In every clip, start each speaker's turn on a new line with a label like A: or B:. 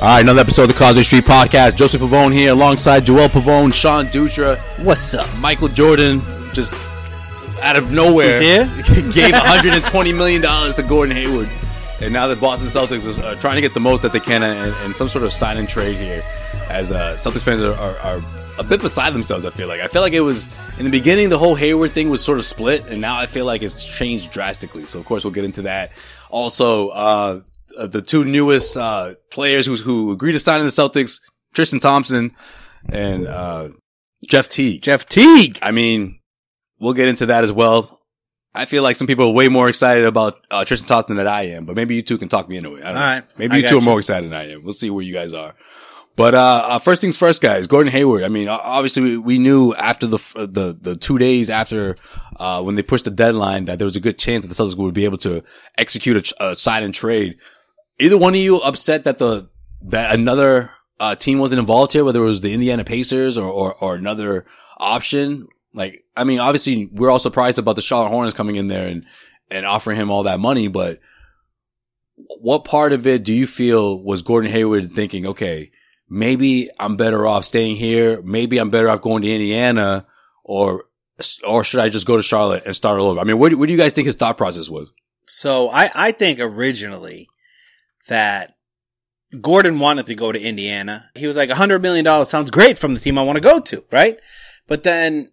A: All right, another episode of the Causeway Street Podcast. Joseph Pavone here, alongside Joel Pavone, Sean Dutra,
B: What's up?
A: Michael Jordan. Just out of nowhere,
B: He's
A: gave 120 million dollars to Gordon Hayward, and now the Boston Celtics are trying to get the most that they can and, and some sort of sign and trade here. As uh, Celtics fans are, are, are a bit beside themselves, I feel like. I feel like it was in the beginning the whole Hayward thing was sort of split, and now I feel like it's changed drastically. So of course we'll get into that. Also, uh, uh, the two newest uh, players who who agreed to sign in the Celtics, Tristan Thompson and uh, Jeff Teague.
B: Jeff Teague.
A: I mean, we'll get into that as well. I feel like some people are way more excited about uh, Tristan Thompson than I am, but maybe you two can talk me into it. I don't
B: All right.
A: Maybe
B: I
A: you
B: got
A: two are
B: you.
A: more excited than I am. We'll see where you guys are. But uh, uh, first things first, guys. Gordon Hayward. I mean, o- obviously, we, we knew after the f- the the two days after uh, when they pushed the deadline that there was a good chance that the Celtics would be able to execute a, tr- a sign and trade. Either one of you upset that the that another uh, team wasn't involved here, whether it was the Indiana Pacers or or, or another option. Like, I mean, obviously, we're all surprised about the Charlotte Hornets coming in there and and offering him all that money, but what part of it do you feel was Gordon Hayward thinking, okay, maybe I'm better off staying here. Maybe I'm better off going to Indiana or, or should I just go to Charlotte and start all over? I mean, what do, what do you guys think his thought process was?
B: So I, I think originally that Gordon wanted to go to Indiana. He was like, $100 million sounds great from the team I want to go to, right? But then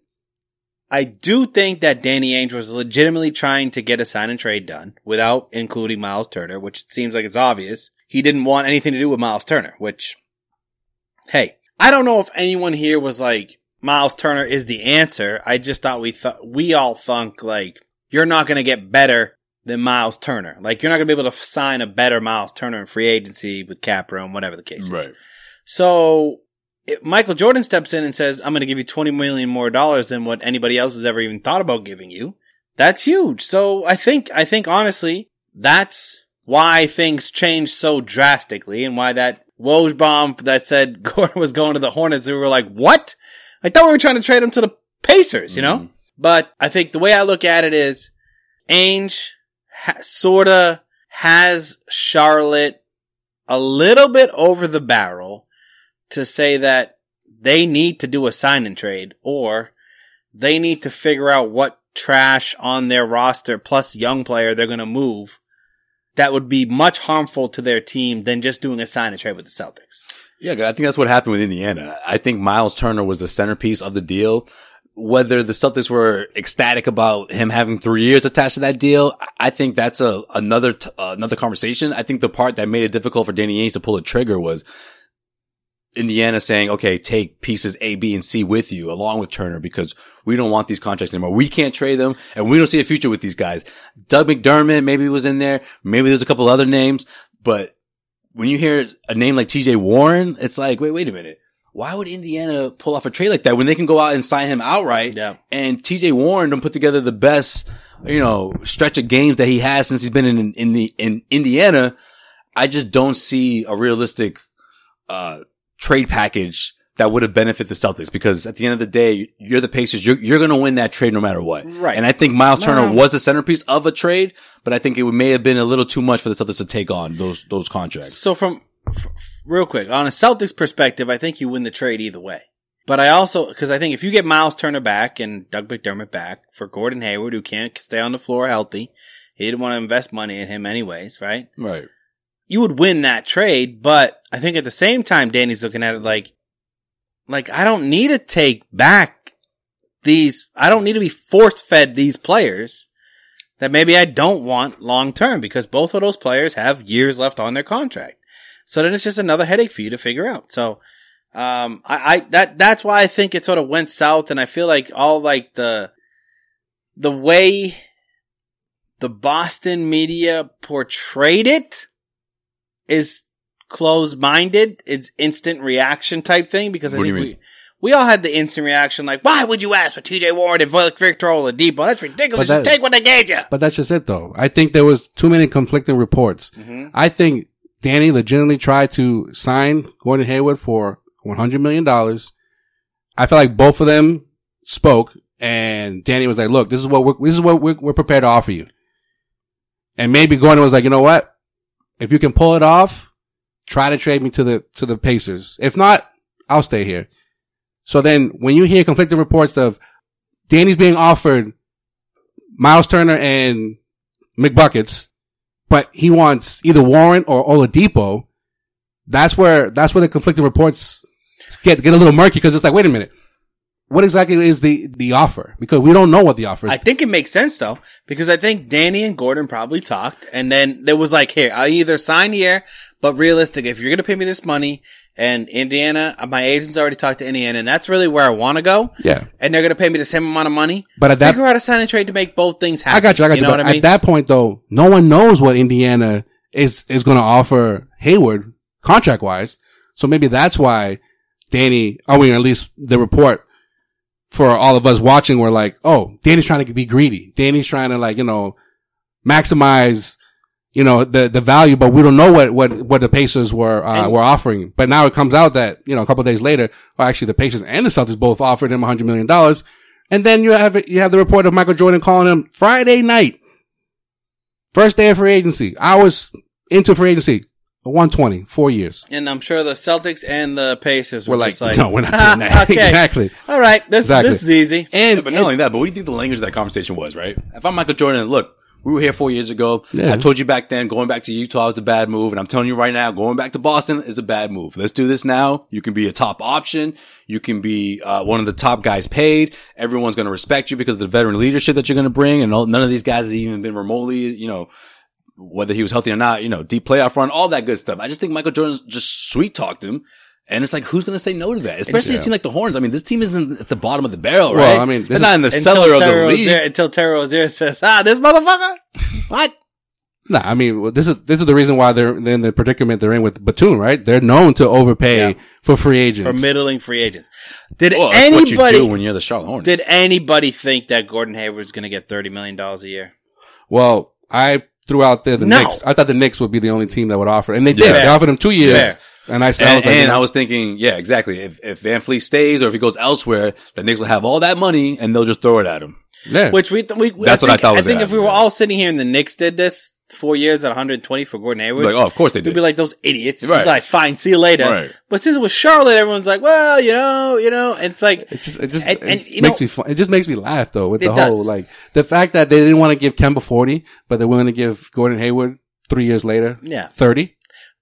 B: I do think that Danny Ainge was legitimately trying to get a sign and trade done without including Miles Turner, which seems like it's obvious. He didn't want anything to do with Miles Turner, which, hey, I don't know if anyone here was like, Miles Turner is the answer. I just thought we thought, we all thunk like, you're not going to get better than Miles Turner. Like, you're not going to be able to f- sign a better Miles Turner in free agency with cap room, whatever the case is. So it, Michael Jordan steps in and says, I'm going to give you 20 million more dollars than what anybody else has ever even thought about giving you. That's huge. So I think, I think honestly, that's why things changed so drastically and why that Woj bomb that said Gordon was going to the Hornets, we were like, what? I thought we were trying to trade him to the Pacers, you know? But I think the way I look at it is Ainge ha- sort of has Charlotte a little bit over the barrel to say that they need to do a sign and trade or they need to figure out what trash on their roster plus young player they're going to move that would be much harmful to their team than just doing a sign and trade with the Celtics.
A: Yeah, I think that's what happened with Indiana. I think Miles Turner was the centerpiece of the deal. Whether the Celtics were ecstatic about him having three years attached to that deal, I- I think that's a another t- uh, another conversation. I think the part that made it difficult for Danny Ainge to pull a trigger was Indiana saying, "Okay, take pieces A, B, and C with you, along with Turner, because we don't want these contracts anymore. We can't trade them, and we don't see a future with these guys." Doug McDermott maybe was in there. Maybe there's a couple other names, but when you hear a name like TJ Warren, it's like, wait, wait a minute. Why would Indiana pull off a trade like that when they can go out and sign him outright?
B: Yeah.
A: And TJ Warren done put together the best, you know, stretch of games that he has since he's been in, in the, in Indiana. I just don't see a realistic, uh, trade package that would have benefited the Celtics because at the end of the day, you're the Pacers. You're, you're going to win that trade no matter what.
B: Right.
A: And I think Miles Turner
B: No.
A: was the centerpiece of a trade, but I think it may have been a little too much for the Celtics to take on those, those contracts.
B: So from f- f- real quick on a Celtics perspective, I think you win the trade either way. But I also because I think if you get Miles Turner back and Doug McDermott back for Gordon Hayward, who can't stay on the floor healthy, he didn't want to invest money in him anyways, right?
A: Right.
B: you would win that trade, but I think at the same time, Danny's looking at it like, like I don't need to take back these. I don't need to be force fed these players that maybe I don't want long term because both of those players have years left on their contract. So then it's just another headache for you to figure out. So, um, I, I, that, that's why I think it sort of went south. And I feel like all like the, the way the Boston media portrayed it is closed minded. It's instant reaction type thing because I
A: What do
B: think
A: you
B: we, we all had the instant reaction like, why would you ask for TJ Warren and Victor Oladipo? That's ridiculous.
C: But
B: just
C: that-
B: take what they gave you.
C: But that's just it though. I think there was too many conflicting reports. I think Danny legitimately tried to sign Gordon Hayward for $100 million. I feel like both of them spoke and Danny was like, look, this is what we're, this is what we're, we're prepared to offer you. And maybe Gordon was like, you know what? If you can pull it off, try to trade me to the, to the Pacers. If not, I'll stay here. So then when you hear conflicting reports of Danny's being offered Miles Turner and McBuckets, but he wants either Warren or Oladipo. That's where that's where the conflicting reports get get a little murky because it's like, wait a minute, what exactly is the the offer? Because we don't know what the offer is.
B: I think it makes sense though, because I think Danny and Gordon probably talked, and then there was like, here, I either sign here, but realistic, if you're gonna pay me this money, and Indiana, uh, my agents already talked to Indiana, and that's really where I want to go,
C: yeah,
B: and they're gonna pay me the same amount of money.
C: But at that-
B: figure out a sign and trade to make both things happen.
C: I got you. I got you.
B: You know
C: but
B: what I mean?
C: At that point, though, no one knows what Indiana is is going to offer Hayward contract wise. So maybe that's why Danny, I mean, at least the report for all of us watching were like, oh, Danny's trying to be greedy. Danny's trying to like, you know, maximize, you know, the, the value, but we don't know what, what, what the Pacers were, uh,
B: And-
C: were offering. But now it comes out that, you know, a couple of days later, well, actually the Pacers and the Celtics both offered him hundred million dollars. And then you have, you have the report of Michael Jordan calling him Friday night. First day of free agency. Hours into free agency. 120, four years.
B: and I'm sure the Celtics and the Pacers were,
C: We're like,
B: just like,
C: no, we're not doing that.
B: okay,
C: Exactly.
B: All right, this
C: Exactly.
B: this is easy.
C: And,
A: Yeah, but not only that, but what do you think the language of that conversation was, right? If I'm Michael Jordan, look, we were here four years ago.
C: Yeah.
A: I told you back then, going back to Utah is a bad move. And I'm telling you right now, going back to Boston is a bad move. Let's do this now. You can be a top option. You can be uh, one of the top guys paid. Everyone's going to respect you because of the veteran leadership that you're going to bring. And all, none of these guys has even been remotely, you know, whether he was healthy or not, you know, deep playoff run, all that good stuff. I just think Michael Jordan just sweet talked him. And it's like, who's going to say no to that? Especially a team like the Horns. I mean, this team isn't at the bottom of the barrel,
C: Well,
A: right?
C: I mean, this
A: they're
C: is-
A: not in the
B: Until
A: cellar of the
B: Terry
A: league.
B: Rozier- until Terry Rozier says, ah, this motherfucker, what?
C: Nah, I mean, well, this is this is the reason why they're they're in the predicament they're in with Batum, right? They're known to overpay
B: Yeah.
C: for free agents.
B: for middling free agents. Did
A: Well, that's what you do
B: anybody
A: when you're the Charlotte Hornets.
B: did anybody think that Gordon Hayward was going to get thirty million dollars a year?
C: well, I threw out there the
B: No.
C: Knicks. I thought the Knicks would be the only team that would offer, and they did.
A: Yeah.
C: They offered them two years,
B: Fair.
C: and I said, I
A: and,
C: was like, you
A: and
C: know-
A: I was thinking, yeah, exactly. If, if Van Fleet stays or if he goes elsewhere, the Knicks will have all that money and they'll just throw it at him.
C: yeah.
B: Which we, th- we
A: That's what I
B: think-
A: thought was
B: I think if we
A: happening.
B: were all sitting here and the Knicks did this four years at one hundred twenty for Gordon Hayward,
A: Like, oh, of course they
B: we'd
A: did.
B: be like those idiots.
A: Right.
B: We'd be like, fine, see you later.
A: Right.
B: But since it was Charlotte, everyone's like, well, you know, you know, and it's like
C: It just, it just
B: And-
C: it
B: and,
C: just
B: you
C: makes
B: know-
C: me fun. It just makes me laugh though with
B: It
C: the whole
B: does.
C: like the fact that they didn't want to give Kemba forty, but they're willing to give Gordon Hayward three years later,
B: Yeah.
C: thirty.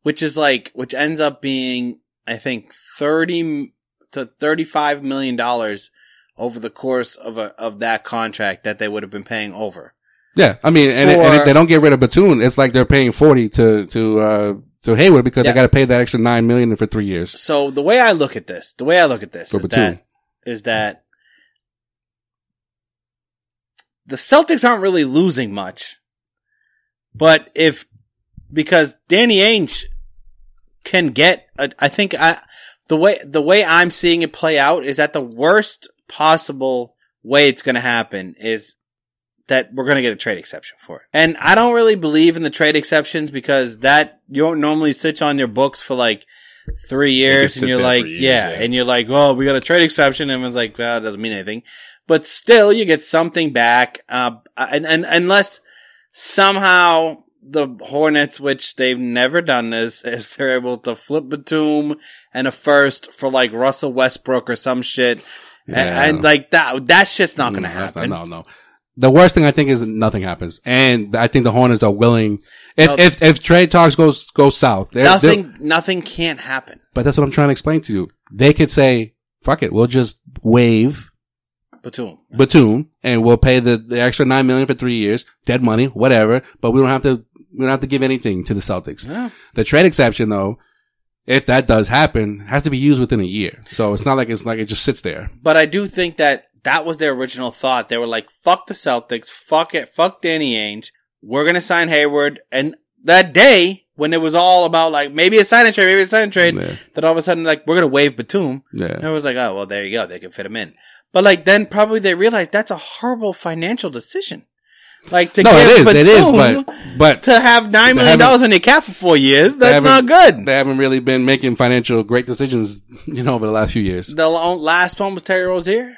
B: which is like which ends up being i think 30 m- to 35 million dollars over the course of a of that contract that they would have been paying over
C: Yeah, I mean, and, and if
B: For-
C: they don't get rid of Batum, it's like they're paying forty to to uh to Hayward because
B: Yeah.
C: they got to pay that extra nine million for three years.
B: so the way i look at this the way i look at this
C: For
B: is
C: Batum.
B: that is that the celtics aren't really losing much but if because danny ainge can get a, i think i the way the way i'm seeing it play out is that the worst possible way it's going to happen is that we're going to get a trade exception for it. And I don't really believe in the trade exceptions because that you don't normally sit on your books for like three years
A: sit
B: and you're
A: there
B: like,
A: for years,
B: yeah,
A: yeah.
B: and you're like, well, we got a trade exception. And it's like, well, it doesn't mean anything, but still you get something back. Uh, and, and unless somehow the Hornets, which they've never done this, is they're able to flip Batum and a first for like Russell Westbrook or some shit. And-
C: Yeah.
B: And, like that, that's just not going to
C: No, Mm, that's
B: happen.
C: Not, no, no. The worst thing I think is nothing happens, and I think the Hornets are willing. If
B: No.
C: if, if trade talks goes go south, they're- they're-
B: nothing, nothing can't happen.
C: But that's what I'm trying to explain to you. They could say, fuck it, we'll just waive
B: Batum.
C: Batum, and we'll pay the, the extra nine million for three years, dead money, whatever. But we don't have to we don't have to give anything to the Celtics.
B: Yeah.
C: The trade exception, though, if that does happen, has to be used within a year. So it's not like it's like it just sits there.
B: But I do think that that was their original thought. They were like, fuck the Celtics. Fuck it. Fuck Danny Ainge. We're going to sign Hayward. And that day when it was all about like, maybe a sign and trade, maybe a sign and trade,
C: Yeah.
B: that all of a sudden like, we're going to waive Batum. And
C: Yeah.
B: it was like, oh, well, there you go. They can fit him in. But like, then probably they realized that's a horrible financial decision. Like to
C: No,
B: give
C: it is. It is.
B: Batum
C: But but
B: to have nine
C: They
B: million dollars
C: haven't-
B: in your cap for four years,
C: they
B: that's not
C: haven't-
B: good.
C: They haven't really been making financial great decisions, you know, over the last few years.
B: The lo- last one was Terry Rozier.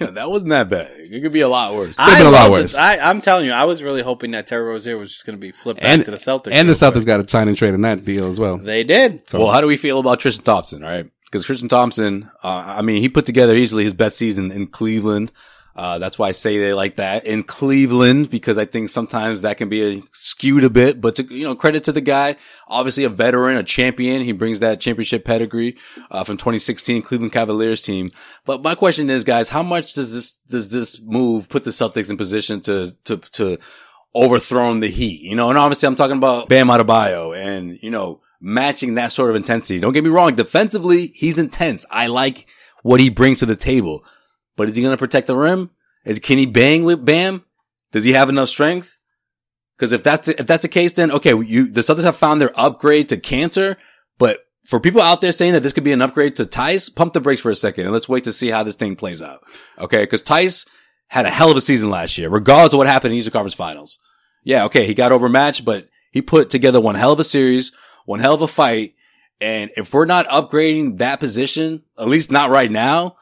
A: Yeah, that wasn't that bad. It could be a lot worse.
C: Could've been a lot
B: loved it.
C: worse.
B: I, I'm telling you, I was really hoping that Terry Rozier was just going to be flipped back
C: And-
B: to the Celtics.
C: And the
B: real
C: Celtics got a sign and trade in that deal as well.
B: quick. They did.
C: So
A: Well, how do we feel about Tristan Thompson? All right, because Tristan Thompson, uh, I mean, he put together easily his best season in Cleveland. Uh, that's why I say they like that in Cleveland because I think sometimes that can be skewed a bit. But to, you know, credit to the guy, obviously a veteran, a champion. He brings that championship pedigree uh, from 2016 Cleveland Cavaliers team. But my question is, guys, how much does this does this move put the Celtics in position to to to overthrown the Heat, you know, and obviously I'm talking about Bam Adebayo and, you know, matching that sort of intensity. Don't get me wrong. Defensively, he's intense. I like what he brings to the table, but is he going to protect the rim? Is, can he bang with Bam? Does he have enough strength? Cause if that's, the, if that's the case, then okay, you, the Celtics have found their upgrade to cancer, but for people out there saying that this could be an upgrade to Tice, pump the brakes for a second and let's wait to see how this thing plays out. Okay. Cause Tice had a hell of a season last year, regardless of what happened in Eastern Conference finals. Yeah, okay, he got overmatched, but he put together one hell of a series, one hell of a fight. And if we're not upgrading that position, at least not right now,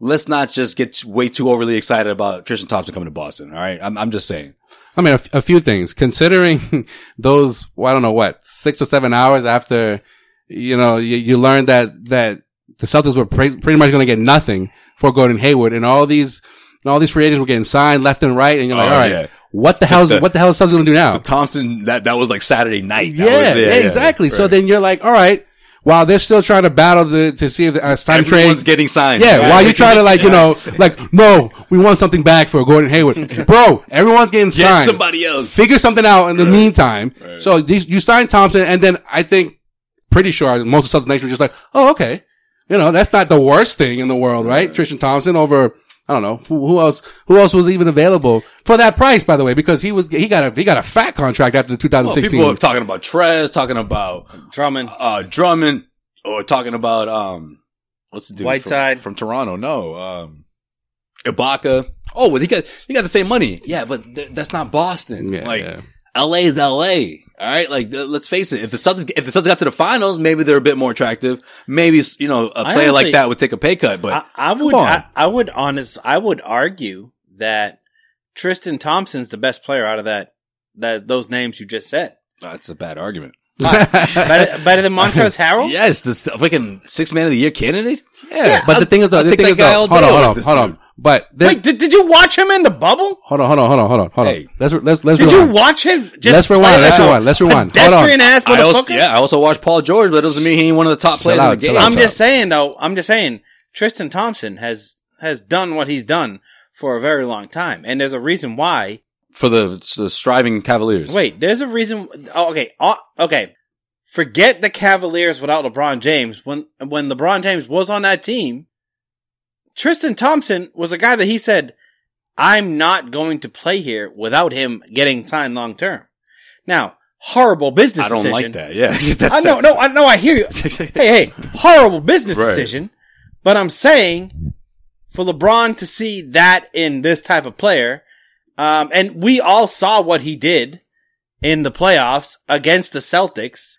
A: let's not just get too, way too overly excited about Tristan Thompson coming to Boston. All right. I'm, I'm just saying.
C: I mean, a, f- a few things. Considering those, well, I don't know what, six or seven hours after, you know, you, you learned that, that the Celtics were pre- pretty much going to get nothing for Gordon Hayward and all these, and all these free agents were getting signed left and right. And you're like,
A: Oh,
C: all right,
A: yeah.
C: what the hell,
A: The-
C: what the hell is Celtics going to do now?
A: Thompson, that, that was like Saturday night. That
C: yeah,
A: was there,
C: yeah, exactly. So
A: Right.
C: then you're like, all right, while they're still trying to battle the, to see if the uh, sign trade.
A: everyone's getting signed.
C: Yeah,
A: Right.
C: while you try to like, you know, like, no, we want something back for Gordon Hayward. Bro, everyone's getting
A: Get
C: signed
A: somebody else.
C: figure something out in the meantime. So these, you sign Thompson, and then I think pretty sure most of Celtics Nation was just like, oh, okay. You know, that's not the worst thing in the world, right? Tristan Thompson over, I don't know, who, who else, who else was even available for that price, by the way, because he was, he got a, he got a fat contract after the
A: Well,
C: 2016.
A: Oh, people are talking about Trez, talking about
B: Drummond.
A: uh Drummond or talking about um what's the dude
B: Whiteside.
A: from, from Toronto? No, um Ibaka. Oh, well, he got he got the same money. Yeah, but th- that's not Boston.
C: Yeah,
A: like
C: yeah.
A: LA is LA. All right, like th- let's face it. If the Celtics if the Celtics got to the finals, maybe they're a bit more attractive. Maybe you know a
B: I
A: player
B: honestly-
A: like that would take a pay cut. But
B: I, I
A: come
B: would,
A: on.
B: I, I would honest, I would argue that Tristan Thompson's the best player out of that, that those names you just said.
A: that's a bad argument.
B: better, better than Montrezl Harrell.
A: Yes, the s- fucking six man of the year candidate. Yeah,
C: but the thing is though,
A: I'll
C: the
A: take
C: thing
A: that
C: is
A: guy
C: though,
A: all
C: hold
A: day
C: on,
A: with
C: hold on,
A: this
C: hold
A: dude.
C: on. But there,
B: Wait, did, did you watch him in the bubble?
C: hold on, hold on, hold on, hold on, hold on.
A: Hey.
C: Let's, re- let's, let's,
B: Did you
C: rewind.
B: watch him? Just
C: Let's rewind,
B: play
C: let's
B: like a
C: rewind, let's rewind. Hold on.
B: Pedestrian ass
A: I also,
B: motherfucker.
A: yeah, I also watched Paul George, but it doesn't mean he ain't one of the top players
C: out,
A: in the game.
C: chill out,
B: I'm
C: chill
B: just saying though. I'm just saying Tristan Thompson has has done what he's done for a very long time, and there's a reason why.
A: for the, the striving Cavaliers.
B: Wait, there's a reason. Oh, okay, oh, okay. Forget the Cavaliers without LeBron James. When when LeBron James was on that team, Tristan Thompson was a guy that he said, "I'm not going to play here without him getting signed long term." Now, horrible business.
A: I don't
B: decision.
A: like that. Yeah, that's,
B: I know, no, I know, I hear you. hey, hey, horrible business
A: Right.
B: decision. But I'm saying for LeBron to see that in this type of player, um, and we all saw what he did in the playoffs against the Celtics,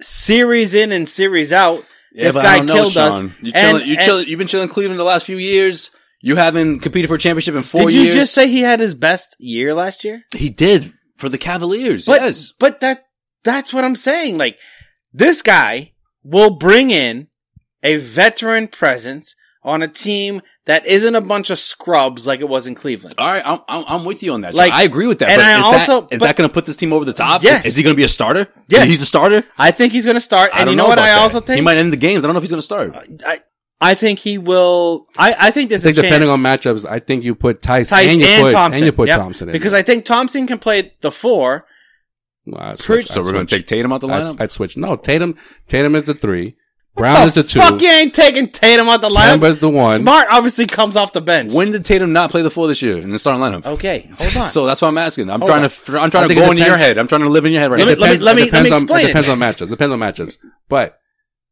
B: series in and series out.
A: Yeah,
B: this
A: but I don't
B: guy
A: know,
B: killed us.
A: Sean. You
B: And-
A: chilling, you
B: and-
A: chilling, you've been chilling Cleveland the last few years. You haven't competed for a championship in four
B: Did you
A: years.
B: just say he had his best year last year?
A: he did for the Cavaliers?
B: But,
A: yes.
B: But that that's what I'm saying. Like this guy will bring in a veteran presence on a team that isn't a bunch of scrubs like it was in Cleveland.
C: Uh,
A: All right, I'm, I'm, I'm with you on that.
B: Like-
A: Like, I agree with that.
B: and
A: but
B: I
A: is
B: also-
A: that, is
B: but-
A: that going to put this team over the top?
B: Yes.
A: Is he going to be a starter?
B: Yes.
A: He's a starter.
B: I think he's going to start.
A: I
B: And
A: don't
B: you know, what?
A: about
B: I
A: that.
B: also think
A: he might end the games. I don't know if he's going to start.
B: I, I think he will. I, I think there's
C: I think
B: a
C: depending
B: chance.
C: on matchups, I think you put Tice,
B: Tice
C: and you put
B: Thompson.
C: and you put
B: Yep.
C: Thompson in
B: because I think Thompson can play the four. Preach.
A: So we're going to take Tatum out the
C: I'd-
A: lineup.
C: I'd, switch. No, Tatum. Tatum is the three. Brown is the two.
B: Oh, Fuck, you ain't taking Tatum out the lineup.
C: Kemba's the one.
B: Smart obviously comes off the bench.
A: when did Tatum not play the four this year in the starting lineup?
B: okay, Oh, hold on.
A: so that's what I'm asking. I'm
B: Hold
A: trying
B: on.
A: to I'm
C: I
A: trying to
C: think it
A: go into your
C: depends-
A: head. I'm trying to live in your head right
B: Let
A: now.
B: me-
C: It depends-
B: let me-
C: it
B: let me
C: depends on-
B: explain it.
C: It depends on matchups. Depends on matchups. But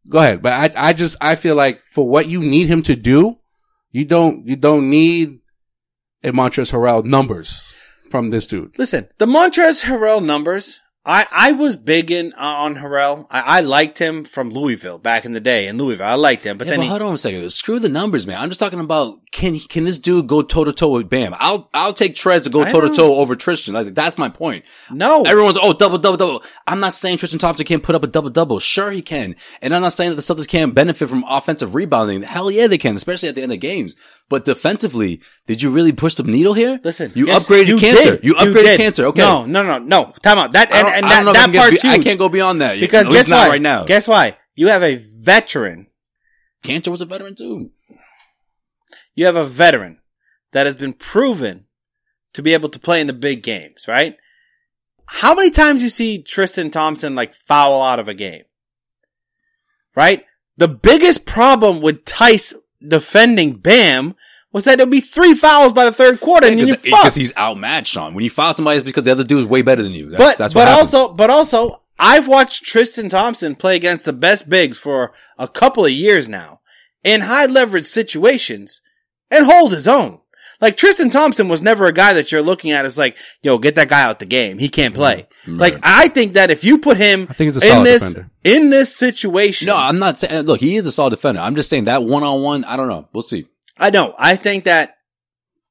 C: go ahead. But I, I just, I feel like for what you need him to do, you don't, you don't need a Montrezl Harrell numbers from this dude.
B: Listen, the Montrez Harrell numbers. I, I was big in uh, on Harrell. I, I liked him from Louisville back in the day in Louisville. I liked him, but
A: Yeah,
B: then
A: but
B: he,
A: hold on a second. Screw the numbers, man. I'm just talking about can he- can this dude go toe to toe with Bam? I'll I'll take Trez to go
B: I
A: toe to
B: know.
A: toe over Tristan. Like that's my point.
B: no,
A: Everyone's oh double double double. I'm not saying Tristan Thompson can't put up a double double. Sure he can, and I'm not saying that the Celtics can't benefit from offensive rebounding. Hell yeah they can, especially at the end of games. But defensively, did you really push the needle here?
B: Listen,
A: you
B: yes,
A: upgraded cancer.
B: did.
A: You upgraded
B: did.
A: cancer. Okay,
B: No, no, no, no. Time out. That
A: I
B: and,
A: don't-
B: and
A: I don't know
B: that,
A: if I
B: that
A: can get
B: part's
A: be-
B: huge.
A: I can't go beyond that
B: because
A: At least
B: guess
A: not
B: what?
A: right now.
B: Guess why? You have a veteran.
A: cancer was a veteran too.
B: You have a veteran that has been proven to be able to play in the big games, right? How many times you see Tristan Thompson like foul out of a game? Right? The biggest problem with Tice defending Bam was that there'll be three fouls by the third quarter and then you're
A: because
B: fucked.
A: eh, he's outmatched, Sean. When you foul somebody, it's because the other dude is way better than you. That's,
B: but
A: that's what
B: but
A: happens.
B: also but also I've watched Tristan Thompson play against the best bigs for a couple of years now in high leverage situations and hold his own. Like Tristan Thompson was never a guy that you're looking at as like, yo, get that guy out the game. He can't play. Like I think that if you put him
C: I think he's a
B: in
C: solid
B: this
C: defender.
B: in this situation,
A: no, I'm not saying. Look, he is a solid defender. I'm just saying that one on one. I don't know. We'll see.
B: I know. I think that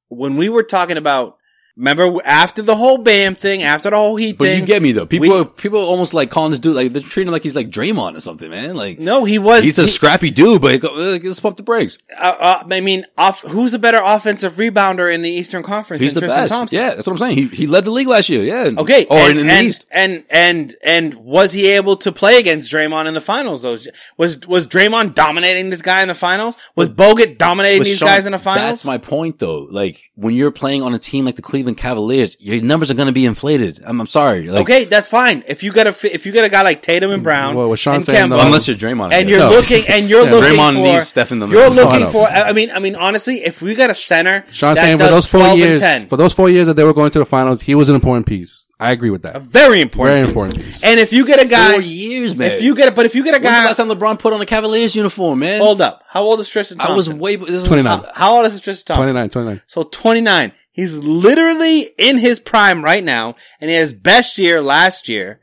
B: when we were talking about, remember after the whole Bam thing, after the whole Heat
A: But
B: thing,
A: you get me though. People
B: we-
A: are people are almost like calling this dude like they're treating him like he's like Draymond or something, man. Like
B: no, he was
A: he's a
B: he-
A: scrappy dude, but he go- uh, let's pump the brakes.
B: uh, uh, I mean, off, who's a better offensive rebounder in the Eastern Conference
A: He's
B: than
A: the
B: Tristan
A: best.
B: Thompson?
A: Yeah, that's what I'm saying. He he led the league last year. Yeah.
B: Okay.
A: Or in,
B: and,
A: in
B: and,
A: the East.
B: And, and, and was he able to play against Draymond in the finals? Those was, was Draymond dominating this guy in the finals? Was Bogut dominating
A: But
B: these
A: Sean,
B: guys in the finals?
A: That's my point though. Like when you're playing on a team like the Cleveland Cavaliers, your numbers are going to be inflated. I'm, I'm sorry. Like,
B: okay. That's fine. If you got a, fi- if you got a guy like Tatum and Brown
C: Well, what Sean's
B: and
C: saying,
B: Kemba,
C: though-
A: Unless you're Draymond. I
B: and
A: guess.
B: you're
C: No.
B: looking and you're
C: Yeah.
B: looking
A: Draymond
B: for
A: needs Steph in the
B: you're
A: middle.
B: looking
C: No, I know.
B: for I I mean I mean honestly if we got a center
C: Sean's
B: that
C: saying for
B: does
C: those four
B: 12 and
C: years,
B: 10,
C: for those four years that they were going to the finals, he was an important piece. I agree with
B: a
C: that.
B: very important
C: Very
B: piece.
C: important piece.
B: and if you get a guy
A: Four years, man.
B: if you get a, but if you get a
A: When's the
B: guy
A: last time LeBron put on a Cavaliers uniform, man?
B: hold up how old is Tristan
A: I
B: Thompson
A: was way. This was
C: 29.
B: how, how old is Tristan Thompson
C: 29, 29.
B: so 29 he's literally in his prime right now and he had his best year last year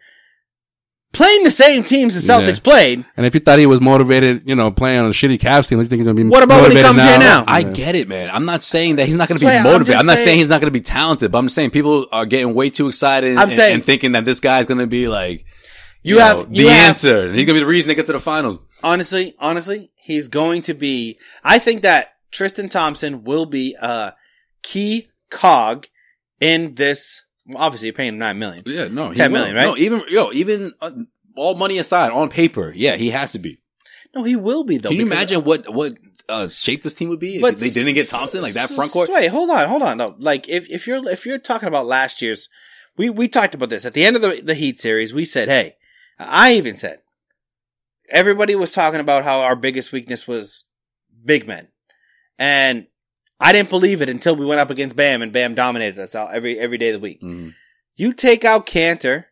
B: playing the same teams the Celtics
C: Yeah.
B: played
C: And if you thought he was motivated, you know, playing on a shitty Cavs team, you think he's going to be
B: What about when he
C: motivated
B: comes here now?
A: I
C: Yeah.
A: get it, man. I'm not saying that he's not going to be
B: Swear, I'm
A: motivated.
B: just
A: I'm, not
B: saying-
A: saying he's not going to be talented, but I'm saying people are getting way too excited
B: I'm
A: and,
B: saying-
A: and thinking that this guy's going to be like
B: you,
A: you
B: have
A: know,
B: you
A: the
B: have-
A: answer. He's going to be the reason they get to the finals.
B: honestly, honestly, he's going to be. I think that Tristan Thompson will be a key cog in this. well, obviously, you're paying him nine million.
A: Yeah, no, he
B: 10
A: will.
B: million, right?
A: No, even yo, even uh, all money aside, on paper, yeah, he has to be.
B: No, he will be though.
A: Can you
B: because-
A: imagine what what uh, shape this team would be if they didn't get Thompson like that
B: s-
A: front court?
B: Wait, hold on, hold on. No, like if if you're if you're talking about last year's, we we talked about this at the end of the the Heat series. We said, hey, I even said everybody was talking about how our biggest weakness was big men, and I didn't believe it until we went up against Bam and Bam dominated us out every every day of the week.
A: Mhm.
B: You take out Cantor,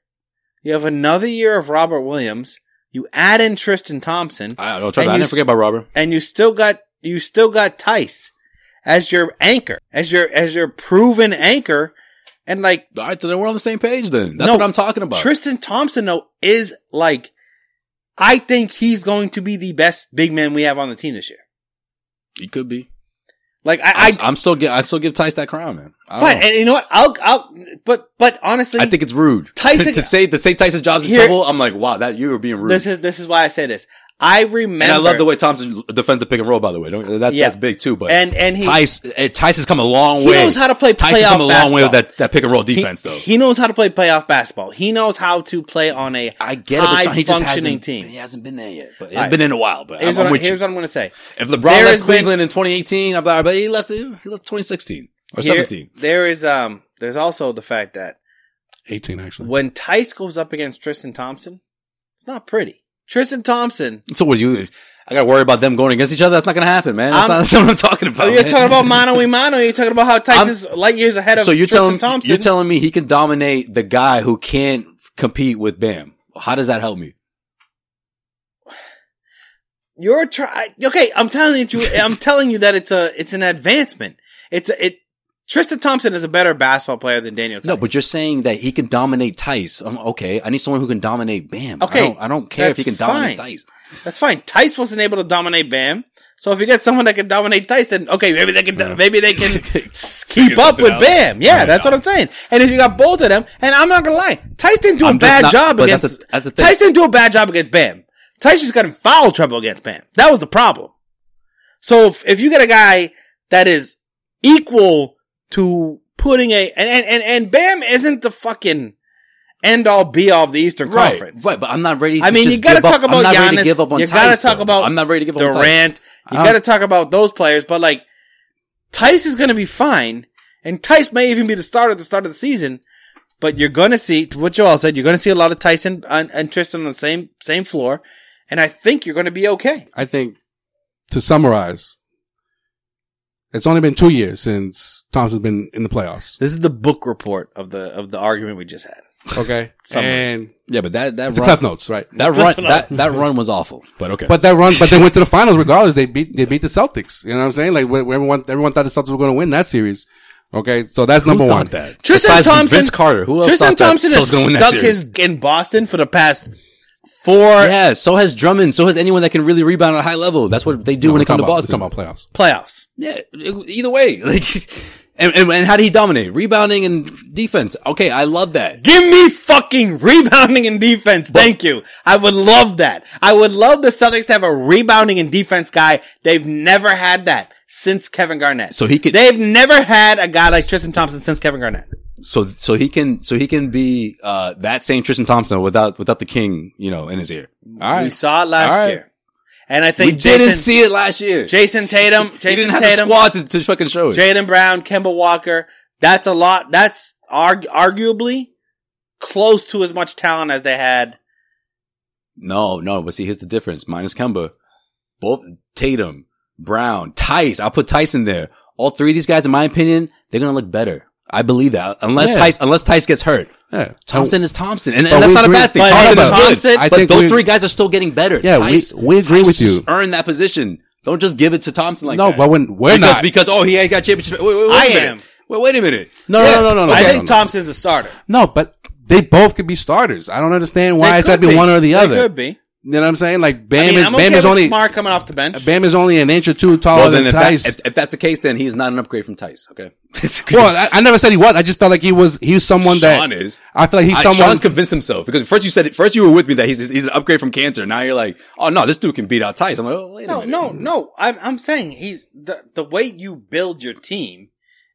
B: you have another year of Robert Williams. You add in Tristan Thompson
A: I don't know. Trust
B: And
A: me, I
B: you
A: didn't
B: s-
A: forget about Robert.
B: and you still got you still got Tice as your anchor, as your as your proven anchor, and like
A: All right, so then we're on the same page. Then that's
B: No,
A: what I'm talking about.
B: Tristan Thompson though is like, I think he's going to be the best big man we have on the team this year.
A: he could be.
B: Like
A: I,
B: I,
A: am still give. I still give Tice that crown, man. I,
B: I
A: don't
B: fine,
A: know.
B: and you know what? I'll I'll but but honestly,
A: I think it's rude
B: Tyson-
A: to say to say Tyson's job's in
B: Here-
A: trouble. I'm like, wow, that you were being rude.
B: this is this is why I say this. I remember.
A: And I love the way Thompson defends the pick and roll. By the way, Don't, that,
B: Yeah.
A: that's big too. But
B: And- and he-
A: Tice, eh, Tice has come a long
B: He
A: way.
B: knows how to play
A: Tice has
B: playoff
A: come a long way with
B: basketball.
A: that, that pick and roll
B: he,
A: defense, though.
B: he knows how to play playoff basketball. He knows how to play on a
A: I get it, but Sean,
B: high
A: he just
B: functioning
A: hasn't.
B: team.
A: He hasn't been there yet. But it's
B: Alright.
A: been in a while. But
B: Here's,
A: I'm, I'm
B: what,
A: with
B: here's
A: you.
B: what I'm going to say.
A: If LeBron
B: There has
A: left
B: been-
A: Cleveland in 2018, I'm like, but he left. He left 2016 or
B: Here-
A: 17.
B: There is um. There's also the fact that
C: 18 actually.
B: when Tice goes up against Tristan Thompson, it's not pretty. Tristan Thompson.
A: So what you? I got to worry about them going against each other. That's not going to happen, man. That's,
B: I'm-
A: not, that's not what I'm talking about.
B: Oh, you're
A: man.
B: talking about mano y mano. You're talking about how Tice
A: I'm-
B: is light years ahead of
A: so you're
B: Tristan
A: telling
B: Thompson.
A: you're telling me he can dominate the guy who can't compete with Bam. How does that help me?
B: You're try okay. I'm telling you. I'm telling you that it's a it's an advancement. It's a, it. Tristan Thompson is a better basketball player than Daniel. Tice.
A: No, but you're saying that he can dominate Tice. Um, okay, I need someone who can dominate Bam.
B: Okay,
A: I don't, I don't care if he
B: that's
A: can dominate
B: fine.
A: Tice.
B: that's fine. Tice wasn't able to dominate Bam. So if you get someone that can dominate Tice, then okay, maybe they can maybe they can s- keep
A: Figure
B: up with
A: something out.
B: Bam. Yeah,
A: Right
B: that's what
A: now.
B: I'm saying. And if you got both of them, and I'm not gonna lie, Tice didn't do a
A: I'm just
B: bad
A: not-
B: job
A: but
B: against.
A: that's the- that's the thing.
B: Tice didn't do a bad job against Bam. Tice just got in foul trouble against Bam. That was the problem. So if, if you get a guy that is equal to putting a and and and, and Bam isn't the fucking end all be all of the Eastern Conference.
A: right. But I'm not ready. To
B: I mean, you
A: just
B: got to
A: give up.
B: talk
A: I'm
B: about
A: not
B: Giannis.
A: Ready to give up on
B: you
A: Tice,
B: got to talk
A: though.
B: about
A: I'm not ready to give up on Tice.
B: Durant. You
C: I
B: got to talk about those players, but like Tice is going to be fine, and Tice may even be the starter at the start of the season. But you're going to see to what you all said. You're going to see a lot of Tyson and, and Tristan on the same same floor, and I think you're going to be okay.
C: I think to summarize, it's only been two years since Thompson's been in the playoffs.
B: This is the book report of the of the argument we just had.
C: Okay.
B: Summary.
C: and
A: Yeah, but that that
C: it's a
A: run,
C: Cliff Notes, right?
A: that run that that run was awful. But okay,
C: But that run, but they went to the finals regardless. They beat, they beat the Celtics. You know what I'm saying? Like where where everyone, everyone thought the Celtics were going to win that series. Okay. So that's number
A: thought
C: one.
A: that
B: Tristan
A: Besides
B: Thompson,
A: Vince Carter. Who else
B: Tristan
A: thought that
B: Thompson
A: Celtics
B: has
A: gonna win that
B: stuck
A: series?
B: his in Boston for the past four
A: Yeah, so has Drummond. So has anyone that can really rebound at a high level. That's what they do
C: No,
A: when they
C: we're
A: come
C: talking
A: to
C: about- we're
A: Boston.
C: talking about playoffs.
A: Yeah,
B: playoffs.
A: either way. Like, and, and, and how did he dominate? Rebounding and defense. Okay, I love that.
B: Give me fucking rebounding and defense. Thank you. I would love that. I would love the Celtics to have a rebounding and defense guy. They've never had that since Kevin Garnett.
A: So he could-
B: They've never had a guy like Tristan Thompson since Kevin Garnett.
A: So so he can so he can be uh that same Tristan Thompson without without the king you know in his ear. All
B: We
A: right,
B: saw it last
A: All right.
B: year, and I
A: we
B: think Jason,
A: didn't see it last year.
B: Jason Tatum, Jason
A: he didn't have
B: Tatum,
A: the squad to, to fucking show it.
B: Jaden Brown, Kemba Walker. That's a lot. That's arg- arguably close to as much talent as they had.
A: no, no, but see, here's the difference. Minus Kemba, both Tatum, Brown, Tice. I'll put Tice in there. All three of these guys, in my opinion, they're gonna look better. I believe that unless
C: Yeah.
A: Tice unless Tice gets hurt.
C: Yeah.
A: Thompson is Thompson, and, and
C: But
A: that's
C: we
A: not a
C: agree-
A: bad thing.
B: but
A: Thompson
B: hey,
A: is
B: but
A: good,
B: Thompson-
C: I
A: but
C: think
A: those
C: we-
A: three guys are still getting better.
C: Yeah, we- we agree with you.
A: Earn that position. Don't just give it to Thompson like
C: No,
A: that.
C: but when- we're
A: because,
C: not.
A: because oh he ain't got championship. Wait, wait, wait
B: I
A: a minute.
B: am.
A: Wait, wait a minute.
C: No, no, no, no, no.
B: I
C: no,
B: think
C: no, no.
B: Thompson's a starter.
C: No, but they both could be starters. I don't understand
B: They
C: why it's got
B: could
C: to be one or the
B: They
C: other.
B: Could be.
C: You know what I'm saying? Like
B: I
C: Bam,
B: mean,
C: is,
B: I'm
C: Bam
B: okay
C: is
B: with
C: only
B: Smart coming off the bench.
C: Bam is only an inch or two taller
A: well, then
C: than
A: if, that-
C: Oh, Tice.
A: if, if that's the case, then he's not an upgrade from Tice. Okay.
C: well, I, I never said he was. I just felt like he was. He was someone
A: Sean
C: that
A: is.
C: I feel like he's
A: I-
C: someone.
A: Sean's convinced himself because first you said it, first you were with me that he's he's an upgrade from cancer. Now you're like, oh no, this dude can beat out Tice. I'm like, oh, wait a
B: no,
A: minute.
B: no, no. I'm, I'm saying he's the the way you build your team